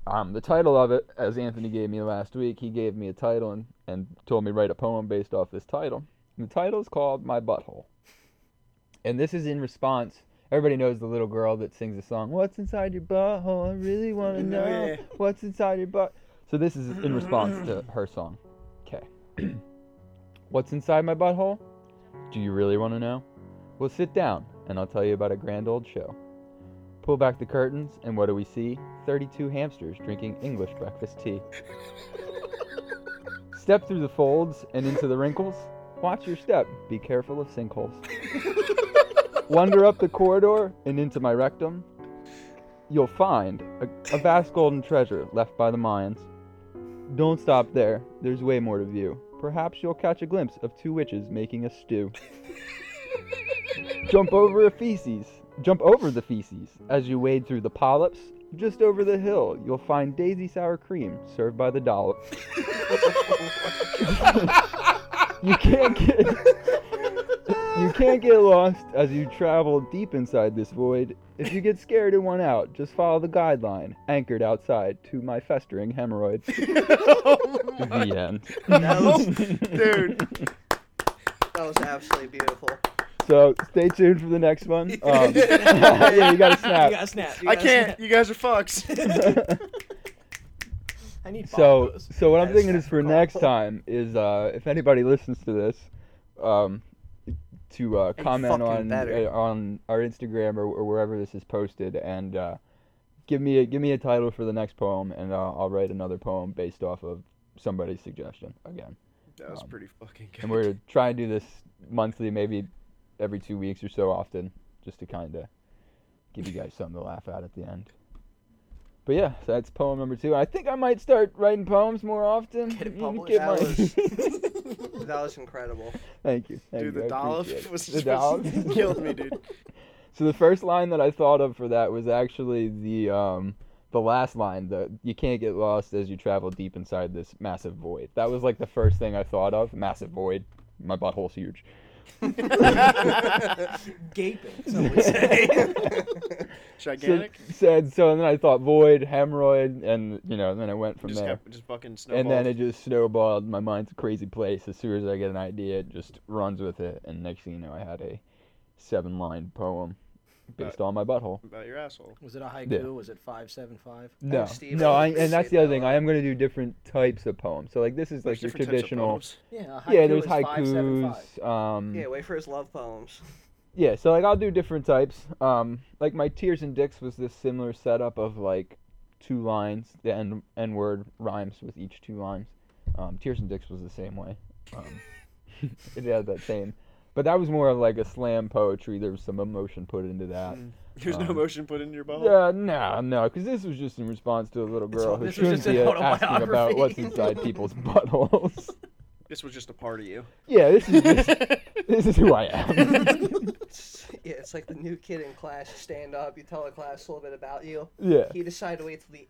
Um, the title of it, as Anthony gave me last week, he gave me a title and, and told me write a poem based off this title. And the title is called My Butthole. And this is in response. Everybody knows the little girl that sings the song, What's Inside Your Butthole? I really want to No, know yeah, yeah. what's inside your butt. So this is in response to her song. Okay. what's inside my butthole? Do you really want to know? Well, sit down and I'll tell you about a grand old show. Pull back the curtains, and what do we see? 32 hamsters drinking English breakfast tea. step through the folds and into the wrinkles. Watch your step. Be careful of sinkholes. Wander up the corridor and into my rectum. You'll find a, a vast golden treasure left by the Mayans. Don't stop there. There's way more to view. Perhaps you'll catch a glimpse of two witches making a stew. Jump over a feces. Jump over the feces as you wade through the polyps. Just over the hill, you'll find daisy sour cream served by the dollop. you can't get You can't get lost as you travel deep inside this void. If you get scared and want out, just follow the guideline anchored outside to my festering hemorrhoid. oh my The end. dude. That was absolutely beautiful. So stay tuned for the next one. Um, yeah, you gotta You snap. gotta snap. you I gotta can't. snap. You guys are fucks. I need so bombos. so what I'm Gotta thinking is snap for Bombos. next time is uh, if anybody listens to this, um, to uh, Hey, comment fucking on better. uh, on our Instagram or, or wherever this is posted and uh, give me a give me a title for the next poem and uh, I'll write another poem based off of somebody's suggestion again. That was Um, pretty fucking good. And we're gonna try and do this monthly, maybe every two weeks or so often, just to kind of give you guys something to laugh at at the end. But yeah, so that's poem number two. I think I might start writing poems more often. Get it You can published. That my- That was incredible. Thank you. Thank Dude, you. I the dollop appreciate it. was The just dollop? killed me, dude. So the first line that I thought of for that was actually the um the last line, the you can't get lost as you travel deep inside this massive void. That was like the first thing I thought of. Massive void. My butthole's huge. Gaping. Some would say. So, Gigantic. said so, and then I thought void, hemorrhoid, and you know, then I went from just there. kept, just fucking snowballed. And then it just snowballed. My mind's a crazy place. As soon as I get an idea, it just runs with it. And next thing you know, I had a seven-line poem based on my butthole. about your asshole. Was it a haiku? Yeah. Was it five seven five? No, Steve, no, I I, and that's appreciate the other that thing. I am going to do different types of poems. So like this is like There's your different types of traditional. poems. Yeah. A haiku Yeah, there's is Five, seven, five. haikus. Um, Yeah, wait for his love poems. yeah so like i'll do different types um like my tears and dicks was this similar setup of like two lines the n, n word rhymes with each two lines um tears and dicks was the same way um it had that same but that was more of like a slam poetry there was some emotion put into that Hmm. There's no Um, motion put in your butthole. yeah no no because this was just in response to a little girl all- who this was shouldn't just an be asking about autobiography. what's inside people's buttholes This was just a part of you. yeah this is just, this is who i am It's- yeah, it's like the new kid in class. you Stand up. You tell the class a little bit about you. yeah He decided to wait till the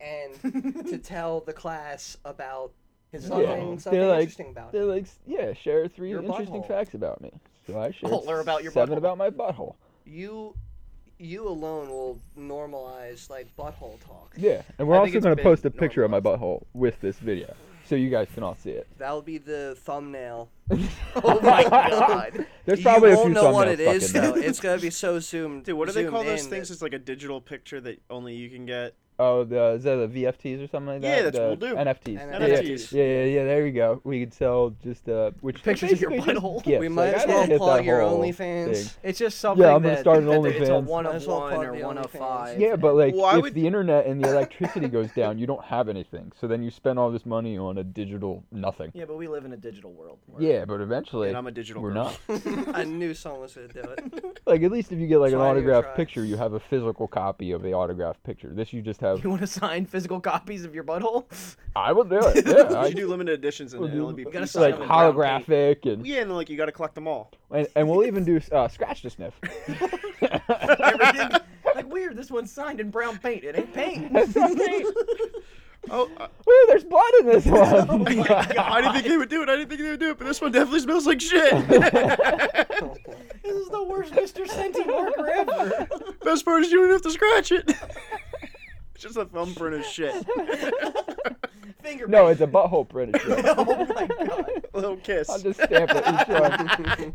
end to tell the class about His Yeah. something, butthole. something They're like- interesting about They're him. like, yeah, share three Your interesting butthole. facts about me. So I shared Oh, or about your seven butthole. about my butthole. You, you alone will normalize like butthole talk. Yeah, and we're I think also it's going to been post a picture of my butthole with this video, so you guys can all see it. That'll be the thumbnail. Oh my god. There's probably you a few won't know what thumbnails it is fucking though. there. It's gonna be so zoomed. Dude, what do they zoomed call those in things? that- It's like a digital picture that only you can get. Oh, the is that the VFTs or something like that? Yeah, that's the what we'll do. NFTs. NFTs. Yeah, yeah, yeah, yeah. There we go. We could sell just uh, which Pictures of your basically just butthole. gifts. we Like, I might as didn't well get that plug your whole OnlyFans. thing. It's just something I'm gonna that, start an that there- it's a OnlyFans. one Might of as well one plug or the one of OnlyFans. five. Yeah, but like Well, I if would- the internet and the electricity goes down, you don't have anything. So then you spend all this money on a digital nothing. yeah, but we live in a digital world. where- Yeah, but eventually And I'm a digital we're girl. not. I knew someone was gonna do it. Like at least if you get like an Try to autographed try. picture, you have a physical copy of the autographed picture. This you just have. You want to sign physical copies of your butthole? I will do it. Yeah, You I, should do limited editions and We'll it'll do- be We gotta pieces sign like of them it. in brown paper. holographic and, Yeah, and then like you gotta collect them all. and and we'll even do uh, scratch to sniff. Everything. like weird. This one's signed in brown paint. It ain't paint. That's not me. Oh, I, Ooh, there's blood in this Oh one. I didn't think they would do it. I didn't think they would do it, but this one definitely smells like shit. this is the worst Mr. Scenty marker ever. Best part is you don't have to scratch it. it's just a thumbprint of shit. Finger. no, paint. it's a butthole print. of shit. oh my god. A little kiss. I'll just stamp it. and show it.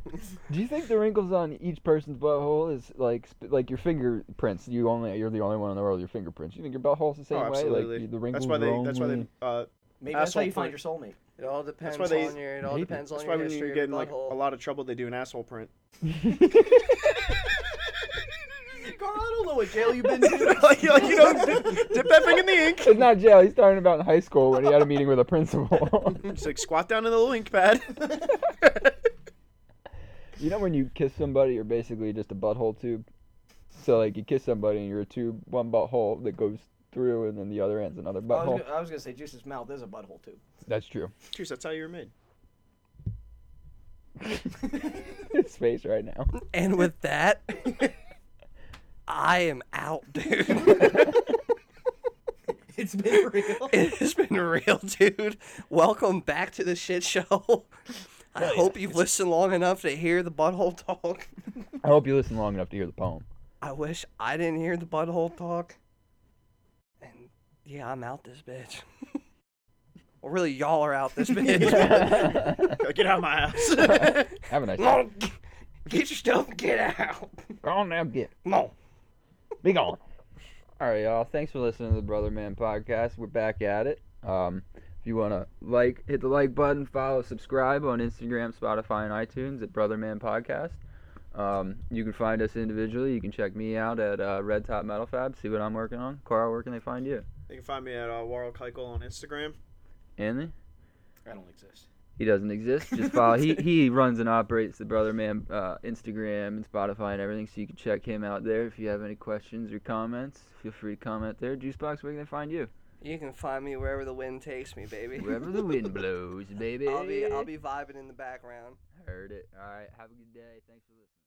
Do you think the wrinkles on each person's butthole is like sp- like your fingerprints? You only you're the only one in the world with your fingerprints. You think your butthole's the Oh, same way? absolutely. Like the wrinkles that's why are they. That's why they. only- Uh, Maybe that's how Asshole you find your print. soulments. It all depends why they- on your. It all Maybe. depends on that's why your when you history. get Your in like a butthole. lot of trouble, they do an asshole print. Carl, I don't know what jail you've been to. like, like you know, dip, dip that thing in the ink. It's not jail. He's talking about in high school when he had a meeting with a principal. Just like squat down in the little ink pad. you know when you kiss somebody, you're basically just a butthole tube. So like you kiss somebody and you're a tube, one butthole that goes through, and then the other end's another I was, butthole. gonna, I was gonna say Juice's mouth is a butthole too. That's true. Juice, that's how you were made. It's face right now. And with that, I am out, dude. It's been real. It has been real, dude. Welcome back to the shit show. I hope you've listened long enough to hear the butthole talk. I hope you listen long enough to hear the poem. I wish I didn't hear the butthole talk. And yeah, I'm out this bitch. well, really, y'all are out this bitch. Get out of my house. Have a nice day. No, g- get your stuff and get out. Go on now, get. No. Be gone. All right, y'all. Thanks for listening to the Brother Man podcast. We're back at it. Um, if you want to like, hit the like button, follow, subscribe on Instagram, Spotify, and iTunes at Brother Man Podcast. Um, you can find us individually. You can check me out at uh, Red Top Metal Fab. See what I'm working on. Carl, where can they find you? you can find me at uh, Warl Keichel on Instagram. Anthony. I don't exist. He doesn't exist. Just follow. he he runs and operates the Brother Man uh, Instagram and Spotify and everything, so you can check him out there. If you have any questions or comments, feel free to comment there. Juicebox, where can they find you? You can find me wherever the wind takes me, baby. Wherever the wind blows, baby. I'll be I'll be vibing in the background. Heard it. All right. Have a good day. Thanks for listening.